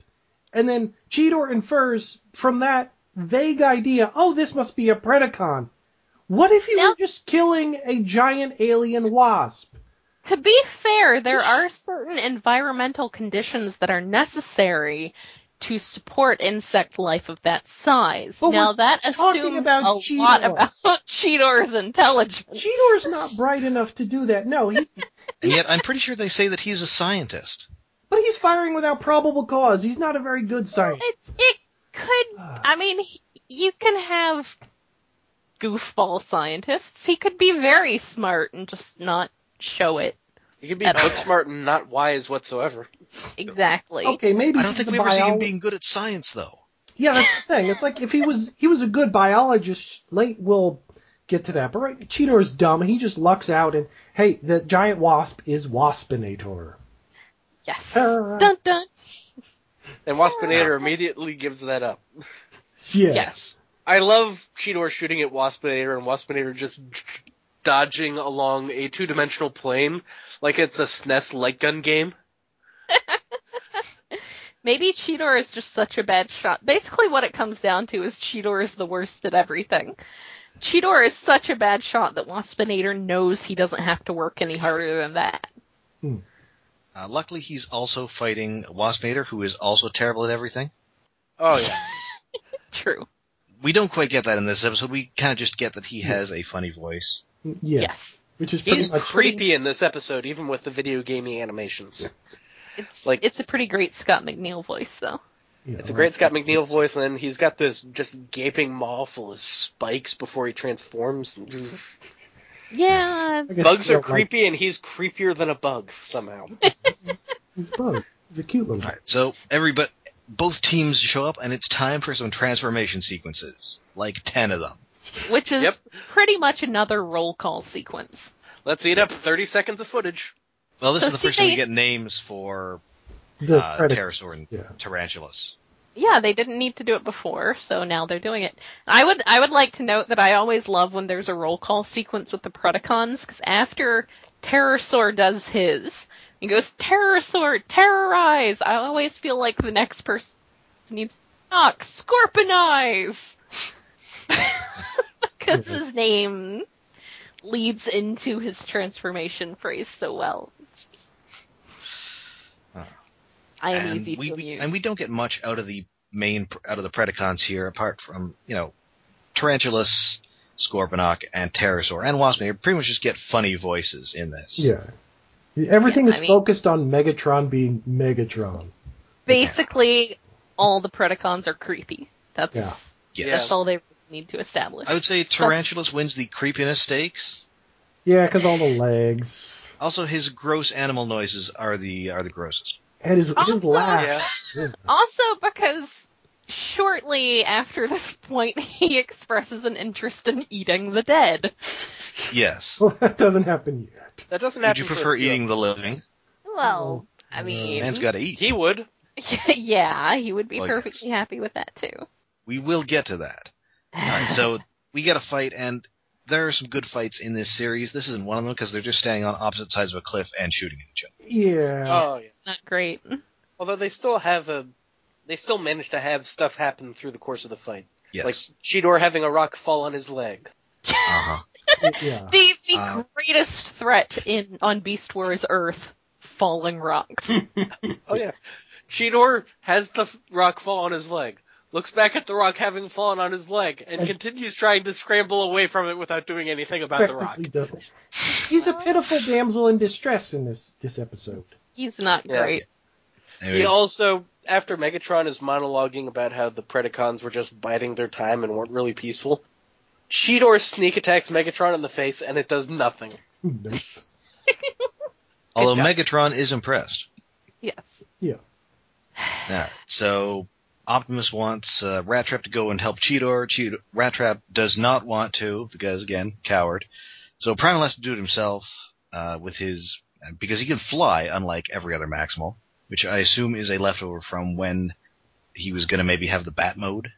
[SPEAKER 4] And then Cheetor infers from that vague idea, oh, this must be a Predacon. What if you
[SPEAKER 2] Now-
[SPEAKER 4] were just killing a giant alien wasp?
[SPEAKER 2] To be fair, there are certain environmental conditions that are necessary to support insect life of that size.
[SPEAKER 4] But
[SPEAKER 2] now
[SPEAKER 4] we're
[SPEAKER 2] that
[SPEAKER 4] talking
[SPEAKER 2] assumes
[SPEAKER 4] about
[SPEAKER 2] a
[SPEAKER 4] Cheetor.
[SPEAKER 2] lot about [LAUGHS] Cheetor's intelligence.
[SPEAKER 4] Cheetor's not bright enough to do that.
[SPEAKER 3] [LAUGHS]
[SPEAKER 4] No, he,
[SPEAKER 1] And yet, I'm pretty sure they say that he's a
[SPEAKER 4] [LAUGHS]
[SPEAKER 1] scientist.
[SPEAKER 4] but he's firing without probable cause. He's not a very good scientist.
[SPEAKER 2] It, it could. I mean, he- you can have goofball scientists. He could be very smart and just not show it
[SPEAKER 3] You can be
[SPEAKER 2] At all.
[SPEAKER 3] book smart and not wise whatsoever.
[SPEAKER 2] exactly.
[SPEAKER 4] Okay, maybe
[SPEAKER 1] I don't
[SPEAKER 4] he's
[SPEAKER 1] think
[SPEAKER 4] a
[SPEAKER 1] we ever see him
[SPEAKER 4] biolo-
[SPEAKER 1] being good at science, though.
[SPEAKER 4] Yeah, that's the thing. It's like if he was he was a good biologist. Late, we'll get to that. But right, Cheetor's dumb. He just lucks out, and hey, the giant wasp is waspinator.
[SPEAKER 2] Yes.
[SPEAKER 4] Uh,
[SPEAKER 2] dun dun.
[SPEAKER 3] And Waspinator immediately gives that up.
[SPEAKER 4] Yeah.
[SPEAKER 2] Yes.
[SPEAKER 3] I love Cheetor shooting at Waspinator and Waspinator just dodging along a two-dimensional plane like it's a SNES light gun game.
[SPEAKER 2] Maybe Cheetor is just such a bad shot. Basically, what it comes down to is Cheetor is the worst at everything. Cheetor is such a bad shot that Waspinator knows he doesn't have to work any harder than that.
[SPEAKER 1] Uh, luckily, he's also fighting Waspinator, who is also terrible at everything.
[SPEAKER 3] Oh yeah.
[SPEAKER 2] True.
[SPEAKER 1] We don't quite get that in this episode. We kind of just get that he has a funny voice.
[SPEAKER 4] Yeah.
[SPEAKER 2] Yes.
[SPEAKER 4] Which is pretty
[SPEAKER 3] He's
[SPEAKER 4] much
[SPEAKER 3] creepy in this episode even with the video gamey animations.
[SPEAKER 2] It's
[SPEAKER 3] Like-
[SPEAKER 2] it's a pretty great Scott McNeil voice though.
[SPEAKER 4] you know,
[SPEAKER 3] It's a great Scott McNeil voice and then he's got this just gaping maw full of spikes before he transforms.
[SPEAKER 2] Yeah.
[SPEAKER 4] I guess
[SPEAKER 3] Bugs
[SPEAKER 4] he's
[SPEAKER 3] are
[SPEAKER 4] not like-
[SPEAKER 3] creepy and he's creepier than a bug somehow.
[SPEAKER 4] he's a bug. He's a cute little.
[SPEAKER 1] All [LAUGHS] right, so every but both teams show up, and it's time for some transformation sequences, like ten of them.
[SPEAKER 2] Which is
[SPEAKER 3] Yep.
[SPEAKER 2] pretty much another roll call sequence.
[SPEAKER 3] Let's eat up 30 seconds of footage.
[SPEAKER 1] Well, this
[SPEAKER 2] So
[SPEAKER 1] is the
[SPEAKER 2] see,
[SPEAKER 1] first time we
[SPEAKER 2] they-
[SPEAKER 1] get names for
[SPEAKER 4] The
[SPEAKER 1] uh,
[SPEAKER 4] Predacons.
[SPEAKER 1] pterosaur and
[SPEAKER 4] Yeah.
[SPEAKER 1] tarantulas.
[SPEAKER 2] yeah, they didn't need to do it before, so now they're doing it. I would I would like to note that I always love when there's a roll call sequence with the Protocons because after Pterosaur does his, he goes Pterosaur terrorize. I always feel like the next person needs to knock [LAUGHS] scorpionize because
[SPEAKER 1] Mm-hmm.
[SPEAKER 2] his name leads into his transformation phrase so well. It's just-
[SPEAKER 1] Ah.
[SPEAKER 2] I am
[SPEAKER 1] and
[SPEAKER 2] easy
[SPEAKER 1] we,
[SPEAKER 2] to
[SPEAKER 1] we-
[SPEAKER 2] amuse.
[SPEAKER 1] and we don't get much out of the main out of the Predacons here, apart from you know, Tarantulas, Scorponok, and Pterosaur and Waspin. You pretty much just get funny voices in this.
[SPEAKER 4] Yeah. Everything
[SPEAKER 2] Yeah,
[SPEAKER 4] is
[SPEAKER 2] I mean-
[SPEAKER 4] focused on Megatron being Megatron.
[SPEAKER 2] basically all the Predacons are creepy. That's
[SPEAKER 4] Yeah.
[SPEAKER 1] Yes.
[SPEAKER 2] that's all they need to establish.
[SPEAKER 1] I would say
[SPEAKER 2] Stuff-
[SPEAKER 1] Tarantulas wins the creepiness stakes.
[SPEAKER 4] Yeah, because all the legs
[SPEAKER 1] Also, his gross animal noises are the are the grossest.
[SPEAKER 4] and his, his
[SPEAKER 2] Also-
[SPEAKER 4] laugh.
[SPEAKER 3] Yeah.
[SPEAKER 2] Also because shortly after this [LAUGHS] point he expresses an interest in eating the dead.
[SPEAKER 1] Yes.
[SPEAKER 4] Well, [LAUGHS] that doesn't happen yet.
[SPEAKER 3] That doesn't
[SPEAKER 1] Would
[SPEAKER 3] happen.
[SPEAKER 1] you
[SPEAKER 3] for a
[SPEAKER 1] prefer
[SPEAKER 3] few
[SPEAKER 1] eating the
[SPEAKER 3] episodes.
[SPEAKER 1] living?
[SPEAKER 2] Well, Oh. I mean
[SPEAKER 1] Uh, Man's got to eat.
[SPEAKER 3] He would.
[SPEAKER 2] [LAUGHS] yeah, he would be
[SPEAKER 1] Well,
[SPEAKER 2] perfectly
[SPEAKER 1] yes.
[SPEAKER 2] happy with that too.
[SPEAKER 1] We will get to that. All right, so [LAUGHS] we get a fight, and there are some good fights in this series. This isn't one of them because they're just standing on opposite sides of a cliff and shooting at each other.
[SPEAKER 4] Yeah.
[SPEAKER 3] Oh yeah.
[SPEAKER 2] It's [SIGHS] not great.
[SPEAKER 3] Although they still have a, they still manage to have stuff happen through the course of the fight.
[SPEAKER 1] Yes.
[SPEAKER 3] Like Cheetor having a rock fall on his leg.
[SPEAKER 1] uh-huh.
[SPEAKER 4] yeah.
[SPEAKER 2] [LAUGHS] The the
[SPEAKER 1] Uh,
[SPEAKER 2] greatest threat in on Beast Wars Earth falling
[SPEAKER 1] [LAUGHS]
[SPEAKER 2] rocks.
[SPEAKER 3] Oh yeah. [LAUGHS] Cheetor has the f- rock fall on his leg. Looks back at the rock having fallen on his leg and
[SPEAKER 4] And-
[SPEAKER 3] continues trying to scramble away from it without doing anything about the rock.
[SPEAKER 4] Technically doesn't. He's a pitiful damsel in distress in this this episode.
[SPEAKER 2] He's not
[SPEAKER 3] Yeah.
[SPEAKER 2] great.
[SPEAKER 1] Anyway,
[SPEAKER 3] He also, after Megatron is monologuing about how the Predacons were just biding their time and weren't really peaceful, Cheetor sneak attacks Megatron in the face and it does nothing.
[SPEAKER 4] Nope.
[SPEAKER 1] although
[SPEAKER 2] job.
[SPEAKER 1] Megatron is impressed.
[SPEAKER 2] Yes.
[SPEAKER 1] All right, so Optimus wants uh, Rat Trap to go and help Cheetor. Cheetor. Rat Trap does not want to because, again, coward. So Primal has to do it himself uh, with his because he can fly, unlike every other Maximal, which I assume is a leftover from when he was going to maybe have the Bat mode.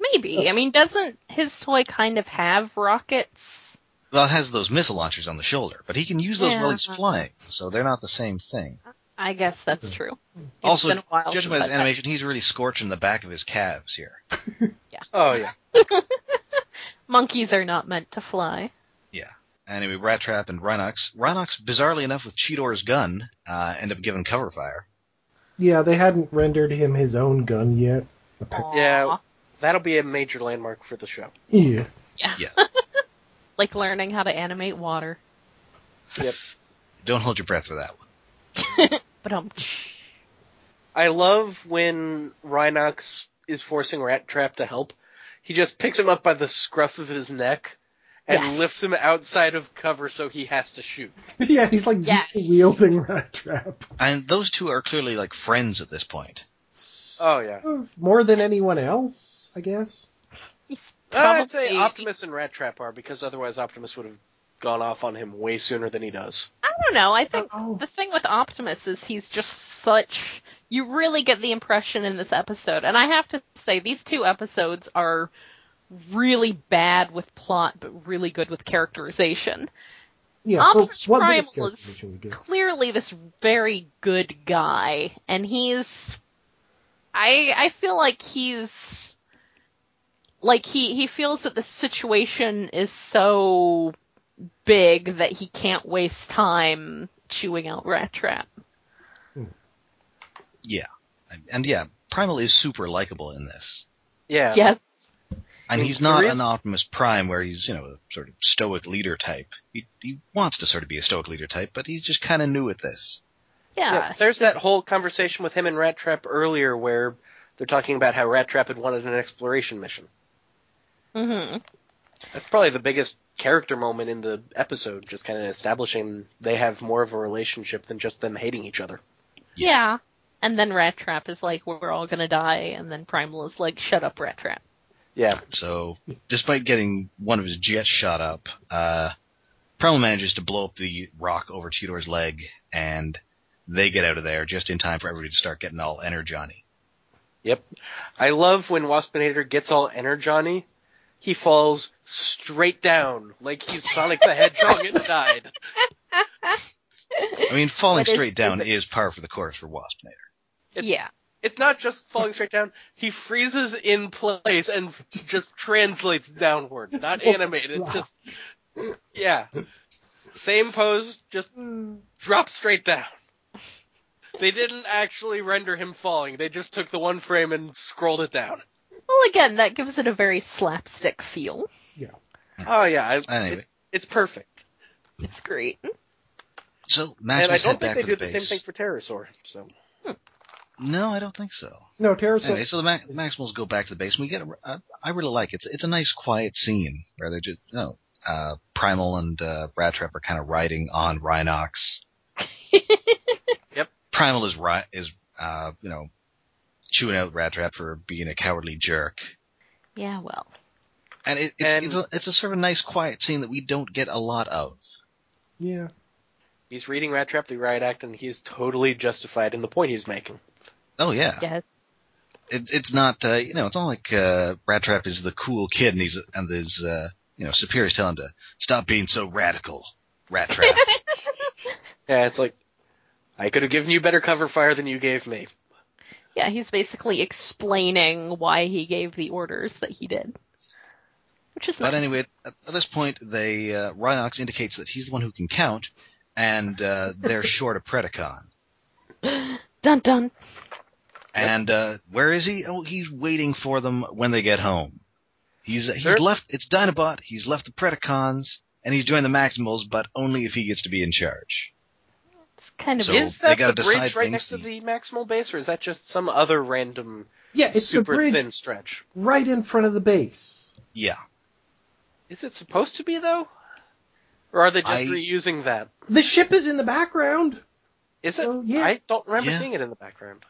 [SPEAKER 2] Maybe. I mean, doesn't his toy kind of have rockets?
[SPEAKER 1] Well, it has those missile launchers on the shoulder, but he can use those while he's
[SPEAKER 2] Yeah.
[SPEAKER 1] flying, so they're not the same thing.
[SPEAKER 2] I guess that's
[SPEAKER 3] Hmm.
[SPEAKER 2] true. It's
[SPEAKER 1] also,
[SPEAKER 2] been a while
[SPEAKER 1] judging by his
[SPEAKER 2] since I've had-
[SPEAKER 1] animation, he's really scorching the back of his calves here.
[SPEAKER 3] Oh yeah.
[SPEAKER 2] monkeys are not meant to fly.
[SPEAKER 1] Anyway, Rat Trap and Rhinox. Rhinox, bizarrely enough, with Cheetor's gun, uh, end up giving cover fire.
[SPEAKER 4] Yeah, they hadn't rendered him his own gun yet.
[SPEAKER 2] Aw.
[SPEAKER 3] Yeah. That'll be a major landmark for the show.
[SPEAKER 4] Yeah. [LAUGHS]
[SPEAKER 1] Yes.
[SPEAKER 2] Like learning how to animate water.
[SPEAKER 1] Don't hold your breath for that one.
[SPEAKER 2] But um, [LAUGHS]
[SPEAKER 3] I love when Rhinox is forcing Rat Trap to help. He just picks him up by the scruff of his neck and
[SPEAKER 2] Yes.
[SPEAKER 3] lifts him outside of cover so he has to shoot.
[SPEAKER 4] Yeah, he's like
[SPEAKER 2] Yes.
[SPEAKER 4] wielding Rat Trap.
[SPEAKER 1] And those two are clearly like friends at this point.
[SPEAKER 3] Oh yeah.
[SPEAKER 4] More than anyone else, I guess.
[SPEAKER 2] he's
[SPEAKER 3] Uh, I'd say
[SPEAKER 2] probably.
[SPEAKER 3] Optimus and Rat Trap are because otherwise Optimus would have gone off on him way sooner than he does.
[SPEAKER 2] I don't know. I think
[SPEAKER 4] Oh.
[SPEAKER 2] the thing with Optimus is he's just such. You really get the impression in this episode, and I have to say these two episodes are really bad with plot, but really good with characterization.
[SPEAKER 4] Yeah, so
[SPEAKER 2] Optimus
[SPEAKER 4] what bit of
[SPEAKER 2] Primal is-
[SPEAKER 4] characterization we get?
[SPEAKER 2] clearly this very good guy and he's I I feel like he's like he he feels that the situation is so big that he can't waste time chewing out Rat Trap.
[SPEAKER 1] And- And yeah, Primal is super likable in this.
[SPEAKER 3] Yeah.
[SPEAKER 2] Yes.
[SPEAKER 1] And
[SPEAKER 3] Mm,
[SPEAKER 1] he's not
[SPEAKER 3] there is-
[SPEAKER 1] an Optimus Prime where he's, you know, a sort of stoic leader type. He, he wants to sort of be a stoic leader type, but he's just kind of new at this.
[SPEAKER 2] Yeah.
[SPEAKER 3] Yeah, there's that whole conversation with him and Rat Trap earlier where they're talking about how Rat Trap had wanted an exploration mission.
[SPEAKER 2] hmm
[SPEAKER 3] That's probably the biggest character moment in the episode, just kind of establishing they have more of a relationship than just them hating each other.
[SPEAKER 2] yeah. And then Rat Trap is like, we're all gonna die. And then Primal is like, shut up, Rat Trap.
[SPEAKER 3] Yeah.
[SPEAKER 1] So, despite getting one of his jets shot up, uh, Primal manages to blow up the rock over Cheetor's leg, and they get out of there just in time for everybody to start getting all energy.
[SPEAKER 3] Yep. I love when Waspinator gets all energon He falls straight down like he's Sonic the Hedgehog and died. [LAUGHS]
[SPEAKER 1] I mean, falling
[SPEAKER 2] But it's-
[SPEAKER 1] straight down
[SPEAKER 2] it's-
[SPEAKER 1] is par for the course for Waspinator.
[SPEAKER 3] It's,
[SPEAKER 2] yeah.
[SPEAKER 3] It's not just falling straight down. He freezes in place and just translates
[SPEAKER 1] [LAUGHS]
[SPEAKER 3] downward.
[SPEAKER 1] Oh,
[SPEAKER 3] Not animated. Just yeah. Same pose. Just drop straight down. They didn't actually render him falling. They just took the one frame and scrolled it down.
[SPEAKER 2] Well, again, that gives it a very slapstick feel.
[SPEAKER 3] Oh yeah, I,
[SPEAKER 1] Anyway.
[SPEAKER 3] it- it's perfect.
[SPEAKER 2] It's great.
[SPEAKER 1] So Max
[SPEAKER 3] and I
[SPEAKER 1] was
[SPEAKER 3] don't
[SPEAKER 1] sent
[SPEAKER 3] think
[SPEAKER 1] back
[SPEAKER 3] they
[SPEAKER 1] to
[SPEAKER 3] do
[SPEAKER 1] the
[SPEAKER 3] the same
[SPEAKER 1] base.
[SPEAKER 3] thing for Pterosaur. So
[SPEAKER 1] No, I don't think so.
[SPEAKER 4] No, Terrace.
[SPEAKER 1] anyway, so the Ma- Maximals go back to the base, and we get. A, uh, I really like it. It's, it's a nice, quiet scene where they're just, you know, uh, Primal and uh, Rat Trap are kind of riding on Rhinox.
[SPEAKER 3] Yep.
[SPEAKER 1] Primal is ri- is uh, you know chewing out Rat Trap for being a cowardly jerk,
[SPEAKER 2] Yeah, well.
[SPEAKER 1] and it, it's
[SPEAKER 3] And-
[SPEAKER 1] it's, a, it's a sort of nice, quiet scene that we don't get a lot of.
[SPEAKER 4] Yeah.
[SPEAKER 3] he's reading Rat Trap the Riot Act, and he is totally justified in the point he's making.
[SPEAKER 1] Oh
[SPEAKER 3] Uh,
[SPEAKER 1] yeah,
[SPEAKER 2] Yes.
[SPEAKER 1] It, it's not uh, you know it's not like uh, Rat Trap is the cool kid and he's and his uh, you know superiors tell him to stop being so radical, Rat
[SPEAKER 2] [LAUGHS]
[SPEAKER 1] Trap.
[SPEAKER 3] Yeah, it's like I could have given you better cover fire than you gave me.
[SPEAKER 2] Yeah, he's basically explaining why he gave the orders that he did. Which is
[SPEAKER 1] But
[SPEAKER 2] nice.
[SPEAKER 1] anyway, at, at this point, they uh, Rhinox indicates that he's the one who can count, and uh, they're short a Predacon.
[SPEAKER 2] Dun dun.
[SPEAKER 1] And uh, where is he? Oh, he's waiting for them when they get home. He's he's
[SPEAKER 3] Sure.
[SPEAKER 1] left. It's Dinobot. He's left the Predacons, and he's joined the Maximals, but only if he gets to be in charge.
[SPEAKER 2] It's kind of
[SPEAKER 1] So-
[SPEAKER 3] is
[SPEAKER 1] they
[SPEAKER 3] that
[SPEAKER 1] gotta
[SPEAKER 3] the bridge
[SPEAKER 1] decide
[SPEAKER 3] right
[SPEAKER 1] things
[SPEAKER 3] next to
[SPEAKER 1] to-
[SPEAKER 3] the maximal base, or is that just some other random
[SPEAKER 4] Yeah, it's
[SPEAKER 3] super
[SPEAKER 4] the bridge
[SPEAKER 3] thin stretch?
[SPEAKER 4] right in front of the base.
[SPEAKER 1] Yeah,
[SPEAKER 3] Is it supposed to be though, or are they just
[SPEAKER 1] I-
[SPEAKER 3] reusing that?
[SPEAKER 4] The ship is in the background.
[SPEAKER 3] Is it?
[SPEAKER 4] Well, Oh, yeah.
[SPEAKER 3] I don't remember
[SPEAKER 1] Yeah.
[SPEAKER 3] seeing it in the background.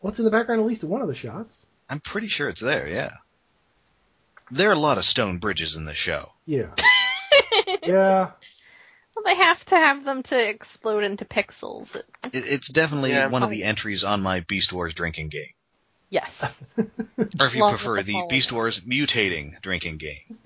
[SPEAKER 4] What's in the background? At least in one of the shots.
[SPEAKER 1] I'm pretty sure it's there. Yeah, there are a lot of stone bridges in this show.
[SPEAKER 4] Yeah. yeah.
[SPEAKER 2] [LAUGHS] Well, they have to have them to explode into pixels.
[SPEAKER 1] It, it's definitely
[SPEAKER 3] Yeah.
[SPEAKER 1] one of the entries on my Beast Wars drinking game.
[SPEAKER 3] [LAUGHS]
[SPEAKER 2] Yes.
[SPEAKER 1] Or if you
[SPEAKER 2] Love
[SPEAKER 1] prefer,
[SPEAKER 2] with
[SPEAKER 1] the
[SPEAKER 2] the
[SPEAKER 1] Beast Wars mutating drinking game.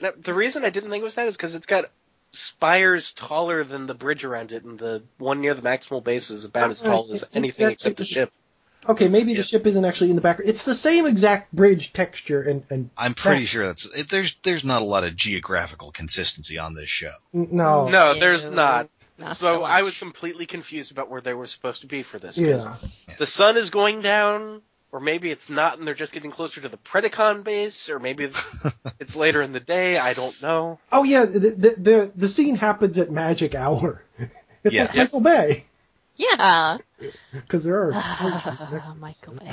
[SPEAKER 3] Now, the reason I didn't think it was that is because it's got spires taller than the bridge around it, and the one near the maximal base is about as tall as
[SPEAKER 4] Alright,
[SPEAKER 3] anything
[SPEAKER 4] that's-
[SPEAKER 3] except the ship.
[SPEAKER 4] Okay, maybe the
[SPEAKER 1] Yeah.
[SPEAKER 4] ship isn't actually in the background. It's the same exact bridge texture and and
[SPEAKER 1] I'm pretty sure that's it, there's there's not a lot of geographical consistency on this show.
[SPEAKER 4] no.
[SPEAKER 3] No, there's
[SPEAKER 2] Yeah.
[SPEAKER 3] not.
[SPEAKER 2] Not
[SPEAKER 3] so
[SPEAKER 2] so
[SPEAKER 3] I
[SPEAKER 2] much.
[SPEAKER 3] was completely confused about where they were supposed to be for this. 'cause
[SPEAKER 4] Yeah.
[SPEAKER 3] The sun is going down, or maybe it's not, and they're just getting closer to the Predacon base, or maybe it's later in the day. I don't know.
[SPEAKER 4] Oh yeah. The the the, the scene happens at magic hour. [LAUGHS] It's
[SPEAKER 1] Yeah.
[SPEAKER 4] like Michael Bay
[SPEAKER 2] yeah. [LAUGHS]
[SPEAKER 4] because there are.
[SPEAKER 1] [LAUGHS]
[SPEAKER 2] Ah, Michael Bay.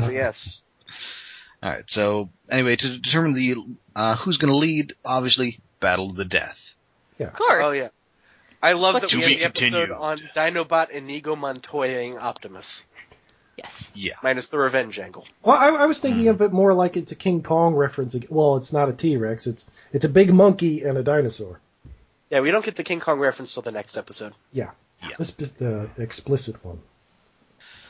[SPEAKER 3] So yes,
[SPEAKER 1] All right, so anyway, to determine the uh, who's going to lead, obviously, battle to the death.
[SPEAKER 2] Of course.
[SPEAKER 3] oh yeah. I love
[SPEAKER 2] But-
[SPEAKER 3] that
[SPEAKER 1] To
[SPEAKER 3] we
[SPEAKER 1] be
[SPEAKER 3] had the episode
[SPEAKER 1] continued.
[SPEAKER 3] on Dinobot Inigo Montoyaing Optimus,
[SPEAKER 2] Yes.
[SPEAKER 1] Yeah,
[SPEAKER 3] minus the revenge angle.
[SPEAKER 4] Well, I, I was thinking of it more like it's a King Kong reference. ag- Well, it's not a T Rex. It's it's a big monkey and a dinosaur.
[SPEAKER 3] Yeah, we don't get the King Kong reference till the next episode.
[SPEAKER 4] Yeah.
[SPEAKER 1] Yeah.
[SPEAKER 4] This is the explicit one.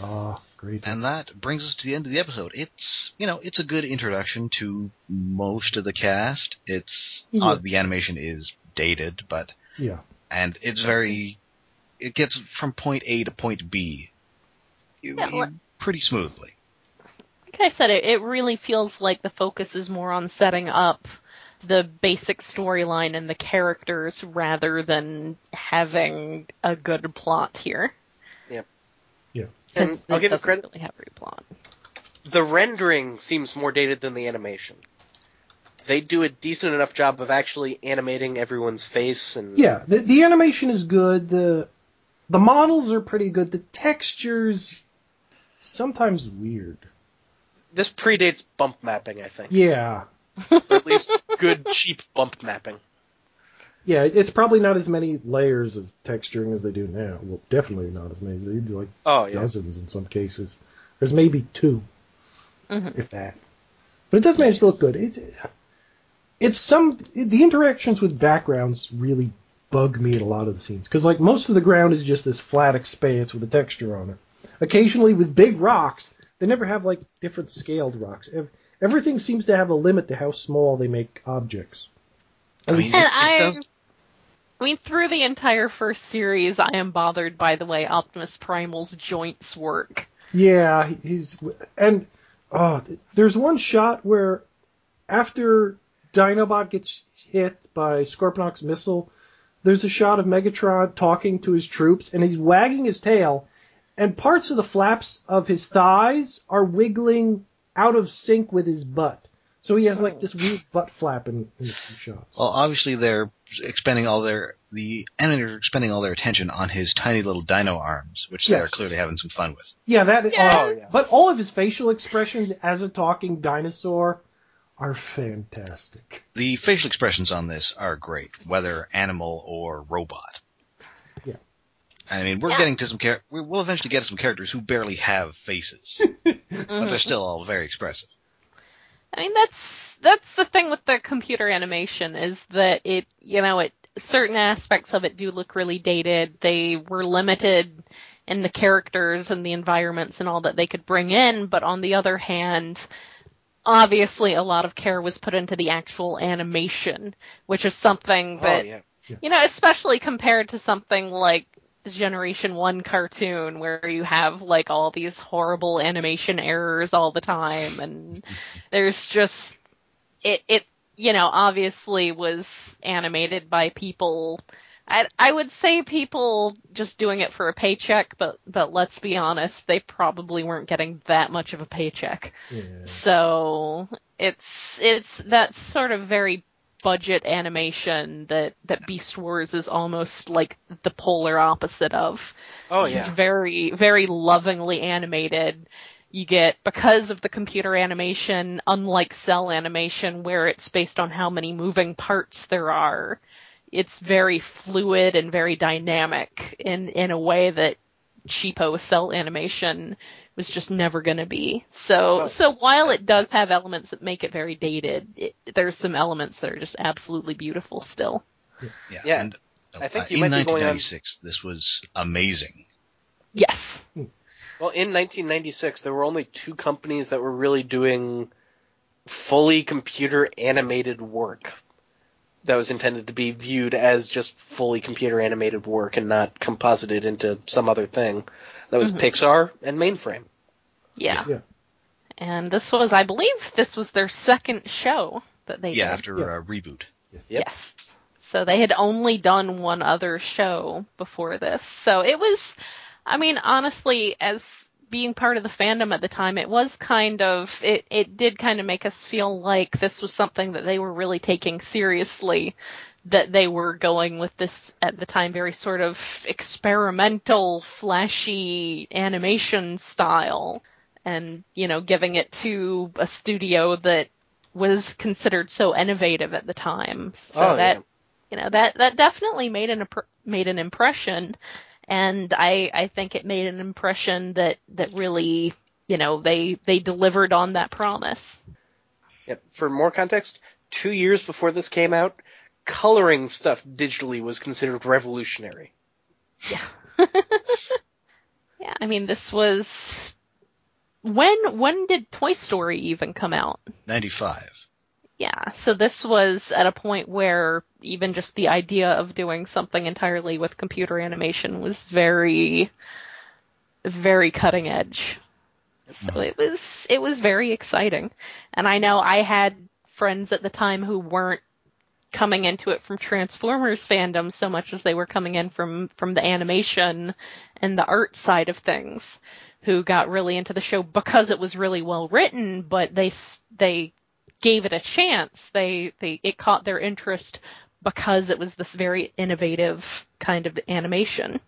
[SPEAKER 4] Ah, great.
[SPEAKER 1] and that brings us to the end of the episode. It's you know it's a good introduction to most of the cast. It's
[SPEAKER 4] Yeah.
[SPEAKER 1] uh, the animation is dated, but
[SPEAKER 4] yeah.
[SPEAKER 1] and it's very it gets from point A to point B you-
[SPEAKER 2] Yeah, well-
[SPEAKER 1] you- pretty smoothly.
[SPEAKER 2] Like I said, it, it really feels like the focus is more on setting up the basic storyline and the characters rather than having a good plot here.
[SPEAKER 3] And
[SPEAKER 2] Since
[SPEAKER 3] I'll
[SPEAKER 2] it
[SPEAKER 3] give it
[SPEAKER 2] doesn't
[SPEAKER 3] credit.
[SPEAKER 2] Really have a plot.
[SPEAKER 3] The rendering seems more dated than the animation. They do a decent enough job of actually animating everyone's face and
[SPEAKER 4] Yeah. The, the animation is good. The the models are pretty good. The textures sometimes weird.
[SPEAKER 3] this predates bump mapping, I think.
[SPEAKER 4] Yeah.
[SPEAKER 3] Or at least good cheap bump mapping.
[SPEAKER 4] Yeah, it's probably not as many layers of texturing as they do now. Well, definitely not as many. They do like
[SPEAKER 3] Oh yeah.
[SPEAKER 4] dozens in some cases. There's maybe 2 if that. But it does manage to look good. It's it's some the interactions with backgrounds really bug me in a lot of the scenes because like most of the ground is just this flat expanse with a texture on it. Occasionally with big rocks, they never have like different scaled rocks. Ev- Everything seems to have a limit to how small they make objects.
[SPEAKER 1] I mean, it,
[SPEAKER 2] And
[SPEAKER 1] it
[SPEAKER 2] I-
[SPEAKER 1] does.
[SPEAKER 2] I mean, through the entire first series, I am bothered by the way Optimus Primal's joints work.
[SPEAKER 4] Yeah, he- he's and oh, th- there's one shot where after Dinobot gets hit by Scorponok's missile, there's a shot of Megatron talking to his troops, and he's wagging his tail, and parts of the flaps of his thighs are wiggling out of sync with his butt. So he has like this weird butt flap in, in the shots.
[SPEAKER 1] Well, obviously they're expending all their the animators are expending all their attention on his tiny little dino arms, which they're
[SPEAKER 4] Yes.
[SPEAKER 1] clearly having some fun with.
[SPEAKER 4] Yeah, that. is
[SPEAKER 2] Yes.
[SPEAKER 4] Oh, yeah. But all of his facial expressions as a talking dinosaur are fantastic.
[SPEAKER 1] The facial expressions on this are great, whether animal or robot.
[SPEAKER 4] Yeah.
[SPEAKER 1] I mean, we're
[SPEAKER 2] Yeah.
[SPEAKER 1] getting to some char- we- We'll eventually get some characters who barely have
[SPEAKER 4] [LAUGHS]
[SPEAKER 1] faces, but they're still all very expressive.
[SPEAKER 2] I mean, that's that's the thing with the computer animation is that it, you know, it certain aspects of it do look really dated. They were limited in the characters and the environments and all that they could bring in, but on the other hand, obviously a lot of care was put into the actual animation, which is something that
[SPEAKER 3] oh yeah.
[SPEAKER 2] you know, especially compared to something like the Generation 1 cartoon where you have like all these horrible animation errors all the time and there's just it it you know, obviously was animated by people I I would say people just doing it for a paycheck, but but let's be honest, they probably weren't getting that much of a paycheck.
[SPEAKER 4] Yeah.
[SPEAKER 2] So it's it's that sort of very budget animation that that Beast Wars is almost like the polar opposite of.
[SPEAKER 3] Oh
[SPEAKER 2] It's
[SPEAKER 3] yeah.
[SPEAKER 2] very very lovingly animated. You get because of the computer animation, unlike cell animation where it's based on how many moving parts there are. It's very fluid and very dynamic in in a way that cheapo cell animation was just never going to be. So
[SPEAKER 3] Right.
[SPEAKER 2] so while it does have elements that make it very dated, it, there's some elements that are just absolutely beautiful still.
[SPEAKER 1] Yeah.
[SPEAKER 3] Yeah.
[SPEAKER 1] And uh,
[SPEAKER 3] I think you
[SPEAKER 1] in
[SPEAKER 3] might be going on-
[SPEAKER 1] 1996, this was amazing.
[SPEAKER 2] Yes.
[SPEAKER 3] Well, in 1996, there were only two companies that were really doing fully computer animated work that was intended to be viewed as just fully computer animated work and not composited into some other thing. That was Pixar and Mainframe.
[SPEAKER 2] Yeah.
[SPEAKER 4] Yeah.
[SPEAKER 2] And this was, I believe, this was their second show that they
[SPEAKER 1] Yeah,
[SPEAKER 2] did.
[SPEAKER 1] after
[SPEAKER 4] Yeah.
[SPEAKER 1] Uh, reboot.
[SPEAKER 3] Yep.
[SPEAKER 2] Yes. So they had only done one other show before this. So it was, I mean, honestly, as being part of the fandom at the time, it was kind of, it, it did kind of make us feel like this was something that they were really taking seriously, that they were going with this at the time very sort of experimental, flashy animation style and, you know, giving it to a studio that was considered so innovative at the time. So
[SPEAKER 3] Oh,
[SPEAKER 2] that
[SPEAKER 3] yeah.
[SPEAKER 2] you know that that definitely made an impr- made an impression, and I I think it made an impression that that really you know they they delivered on that promise.
[SPEAKER 3] Yep. For more context, two years before this came out, coloring stuff digitally was considered revolutionary.
[SPEAKER 2] Yeah, I mean this was when when did Toy Story even come out?
[SPEAKER 1] 95.
[SPEAKER 2] Yeah, so this was at a point where even just the idea of doing something entirely with computer animation was very, very cutting edge. So it was it was very exciting, and I know I had friends at the time who weren't coming into it from Transformers fandom so much as they were coming in from from the animation and the art side of things, who got really into the show because it was really well written, but they s- they gave it a chance. They they it caught their interest because it was this very innovative kind of animation.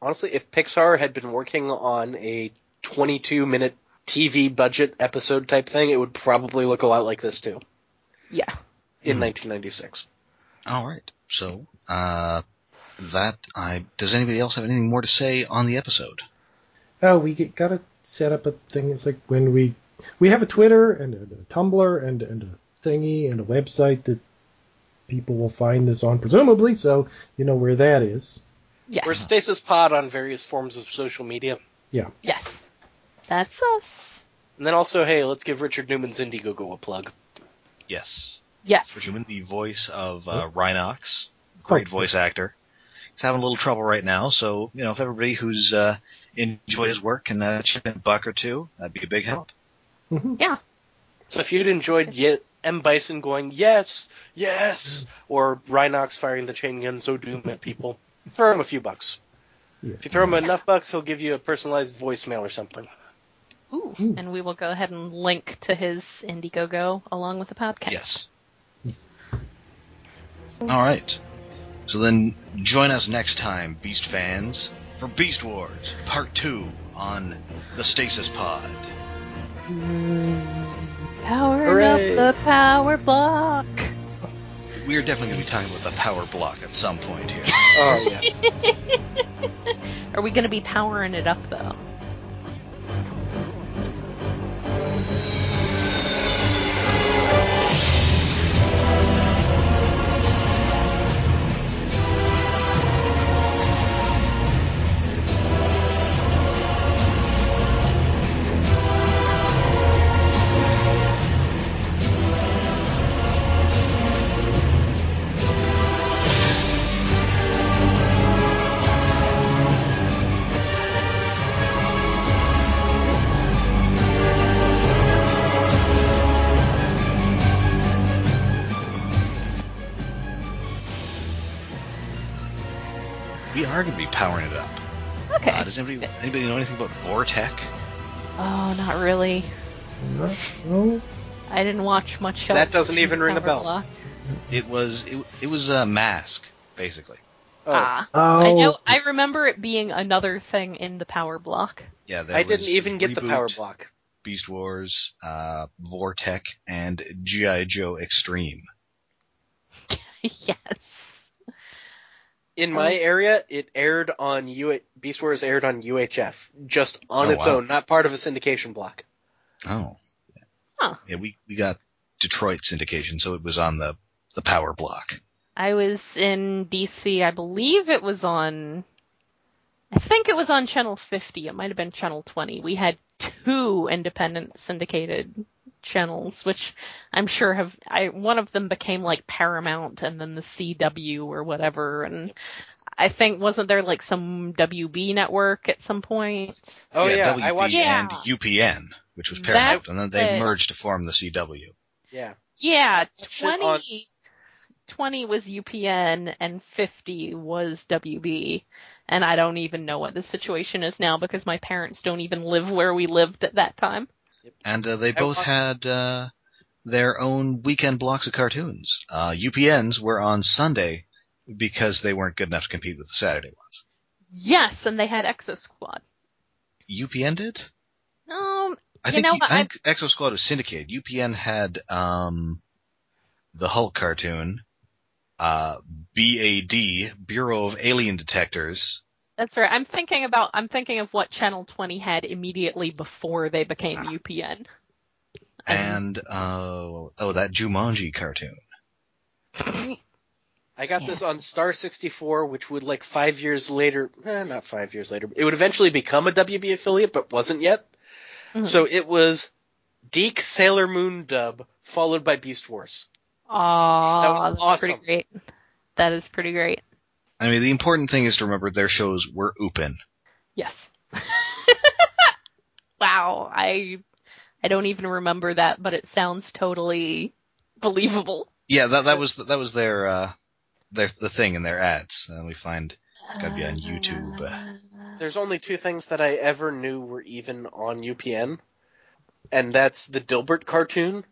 [SPEAKER 3] honestly, if Pixar had been working on a 22 minute TV budget episode type thing, it would probably look a lot like this too
[SPEAKER 2] Yeah.
[SPEAKER 3] in 1996.
[SPEAKER 1] All right. So, uh, that I does anybody else have anything more to say on the episode?
[SPEAKER 4] Oh, we get, gotta set up a thing. It's like when we we have a Twitter and a, a Tumblr and and a thingy and a website that people will find this on, presumably, so you know where that is.
[SPEAKER 2] Yes.
[SPEAKER 3] We're Stasis Pod on various forms of social media.
[SPEAKER 4] Yeah.
[SPEAKER 2] yes. That's us.
[SPEAKER 3] And then also, hey, let's give Richard Newman's Indiegogo a plug.
[SPEAKER 1] Yes.
[SPEAKER 2] Yes.
[SPEAKER 1] Richard Newman, the voice of uh, Rhinox,
[SPEAKER 4] Oh,
[SPEAKER 1] great voice actor. He's having a little trouble right now, so you know if everybody who's uh, enjoyed his work can uh, chip in a buck or two, that'd be a big help.
[SPEAKER 4] mhm.
[SPEAKER 2] Yeah.
[SPEAKER 3] So if you'd enjoyed Ye- M. Bison going, yes, yes, or Rhinox firing the chain gun so doom at people, throw him a few bucks.
[SPEAKER 4] Yeah.
[SPEAKER 3] If you throw him enough bucks, he'll give you a personalized voicemail or something.
[SPEAKER 2] Ooh. And we will go ahead and link to his Indiegogo along with the podcast.
[SPEAKER 1] Yes. All right. So then join us next time, Beast fans, for Beast Wars Part 2 on the Stasis Pod.
[SPEAKER 2] Powering
[SPEAKER 3] Hooray.
[SPEAKER 2] up the power block. [LAUGHS]
[SPEAKER 1] We're definitely going to be talking about the power block at some point here.
[SPEAKER 3] Oh, yeah.
[SPEAKER 2] Are we going to be powering it up though?
[SPEAKER 1] We are going to be powering it up.
[SPEAKER 2] Okay.
[SPEAKER 1] Uh, does anybody anybody know anything about Vortec?
[SPEAKER 2] oh, not really.
[SPEAKER 4] No, no.
[SPEAKER 2] I didn't watch much of
[SPEAKER 3] That doesn't even ring a
[SPEAKER 2] Power
[SPEAKER 3] bell.
[SPEAKER 2] Block.
[SPEAKER 1] It was it, it was a mask basically.
[SPEAKER 3] Oh,
[SPEAKER 2] Ah.
[SPEAKER 4] Oh,
[SPEAKER 2] I know I remember it being another thing in the power block. [LAUGHS]
[SPEAKER 1] Yeah, there
[SPEAKER 3] I
[SPEAKER 1] was-
[SPEAKER 3] didn't even get the
[SPEAKER 1] Reboot,
[SPEAKER 3] power block.
[SPEAKER 1] Beast Wars, uh, Vortec, and GI Joe Extreme.
[SPEAKER 2] yes.
[SPEAKER 3] In my area, it aired on U- Beast Wars aired on UHF, just on
[SPEAKER 1] Oh,
[SPEAKER 3] its
[SPEAKER 1] wow.
[SPEAKER 3] own, not part of a syndication block.
[SPEAKER 1] Oh.
[SPEAKER 2] Huh.
[SPEAKER 1] Yeah, we, we got Detroit syndication, so it was on the, the power block.
[SPEAKER 2] I was in DC, I believe it was on I think it was on channel 50. It might have been channel 20. We had two independent syndicated channels which I'm sure have I one of them became like Paramount and then the CW or whatever and I think wasn't there like some WB network at some point?
[SPEAKER 3] Oh yeah,
[SPEAKER 1] WB
[SPEAKER 3] I watched.
[SPEAKER 2] Yeah.
[SPEAKER 1] and UPN, which was Paramount,
[SPEAKER 2] That's
[SPEAKER 1] and then they
[SPEAKER 2] the-
[SPEAKER 1] merged to form the CW.
[SPEAKER 3] Yeah,
[SPEAKER 2] Yeah,
[SPEAKER 3] watched it
[SPEAKER 2] 20,
[SPEAKER 3] on-
[SPEAKER 2] 20 was UPN and 50 was WB. And I don't even know what the situation is now because my parents don't even live where we lived at that time.
[SPEAKER 1] And uh, they both
[SPEAKER 3] watched-
[SPEAKER 1] had uh, their own weekend blocks of cartoons. Uh, UPNs were on Sunday because they weren't good enough to compete with the Saturday ones.
[SPEAKER 2] Yes, and they had Exo Squad.
[SPEAKER 1] UPN did?
[SPEAKER 2] Um,
[SPEAKER 1] I
[SPEAKER 2] You
[SPEAKER 1] think,
[SPEAKER 2] know
[SPEAKER 1] he-
[SPEAKER 2] what,
[SPEAKER 1] I think Exo Squad was syndicated. UPN had um, the Hulk cartoon, uh, BAD Bureau of Alien Detectors.
[SPEAKER 2] that's right. I'm thinking about I'm thinking of what Channel 20 had immediately before they became UPN.
[SPEAKER 1] And uh, oh, that Jumanji cartoon.
[SPEAKER 3] I got
[SPEAKER 2] Yeah.
[SPEAKER 3] this on Star 64, which would like five years later, eh, not five years later, it would eventually become a WB affiliate, but wasn't yet.
[SPEAKER 2] Mhm.
[SPEAKER 3] So it was Deke Sailor Moon dub followed by Beast Wars.
[SPEAKER 2] Aw,
[SPEAKER 3] That was
[SPEAKER 2] that's
[SPEAKER 3] awesome.
[SPEAKER 2] pretty great. That is pretty great.
[SPEAKER 1] I mean, the important thing is to remember their shows were open.
[SPEAKER 2] Yes. [LAUGHS] wow, I I don't even remember that, but it sounds totally believable.
[SPEAKER 1] Yeah, that that was that was their uh, their the thing in their ads. And we find it's gotta be on YouTube.
[SPEAKER 2] Uh,
[SPEAKER 3] There's only two things that I ever knew were even on UPN, and that's the Dilbert cartoon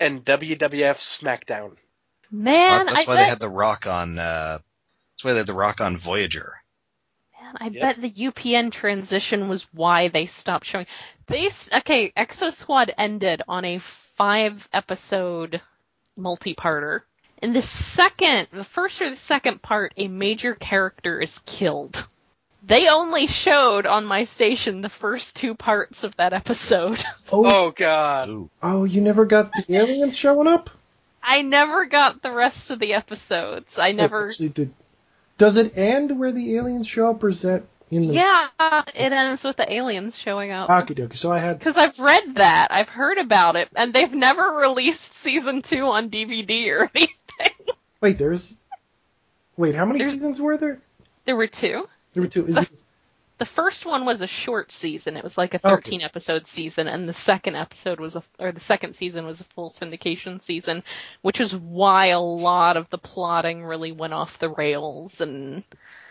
[SPEAKER 3] and WWF SmackDown.
[SPEAKER 2] man,
[SPEAKER 1] that's
[SPEAKER 2] I
[SPEAKER 1] why
[SPEAKER 2] bet,
[SPEAKER 1] they had the Rock on. Uh, that's why they had the Rock on Voyager.
[SPEAKER 2] man, I
[SPEAKER 3] Yeah.
[SPEAKER 2] bet the UPN transition was why they stopped showing. They s- okay, Exo Squad ended on a five episode multi-parter. In the second, the first or the second part, a major character is killed. They only showed on my station the first two parts of that episode. [LAUGHS]
[SPEAKER 4] oh,
[SPEAKER 3] Oh god.
[SPEAKER 1] Ooh.
[SPEAKER 4] oh, you never got the aliens showing up?
[SPEAKER 2] I never got the rest of the episodes. I never.
[SPEAKER 4] Actually, did- Does it end where the aliens show up, or is that in the
[SPEAKER 2] Yeah, it ends with the aliens showing up.
[SPEAKER 4] Okie dokie. So I had
[SPEAKER 2] Because I've read that, I've heard about it, and they've never released season two on DVD or [LAUGHS] anything.
[SPEAKER 4] wait. There's wait. How many
[SPEAKER 2] There's-
[SPEAKER 4] seasons were there?
[SPEAKER 2] There were two.
[SPEAKER 4] There were two.
[SPEAKER 2] [LAUGHS]
[SPEAKER 4] Is it-
[SPEAKER 2] The first one was a short season; it was like a thirteen episode season, and the second episode was a, or the second season was a full syndication season, which is why a lot of the plotting really went off the rails, and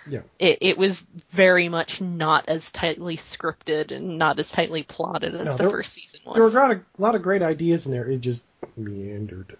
[SPEAKER 4] Yeah.
[SPEAKER 2] it, it was very much not as tightly scripted and not as tightly plotted as
[SPEAKER 4] No,
[SPEAKER 2] the
[SPEAKER 4] there-
[SPEAKER 2] first season was.
[SPEAKER 4] there were a lot, of, lot of great ideas in there. It just meandered.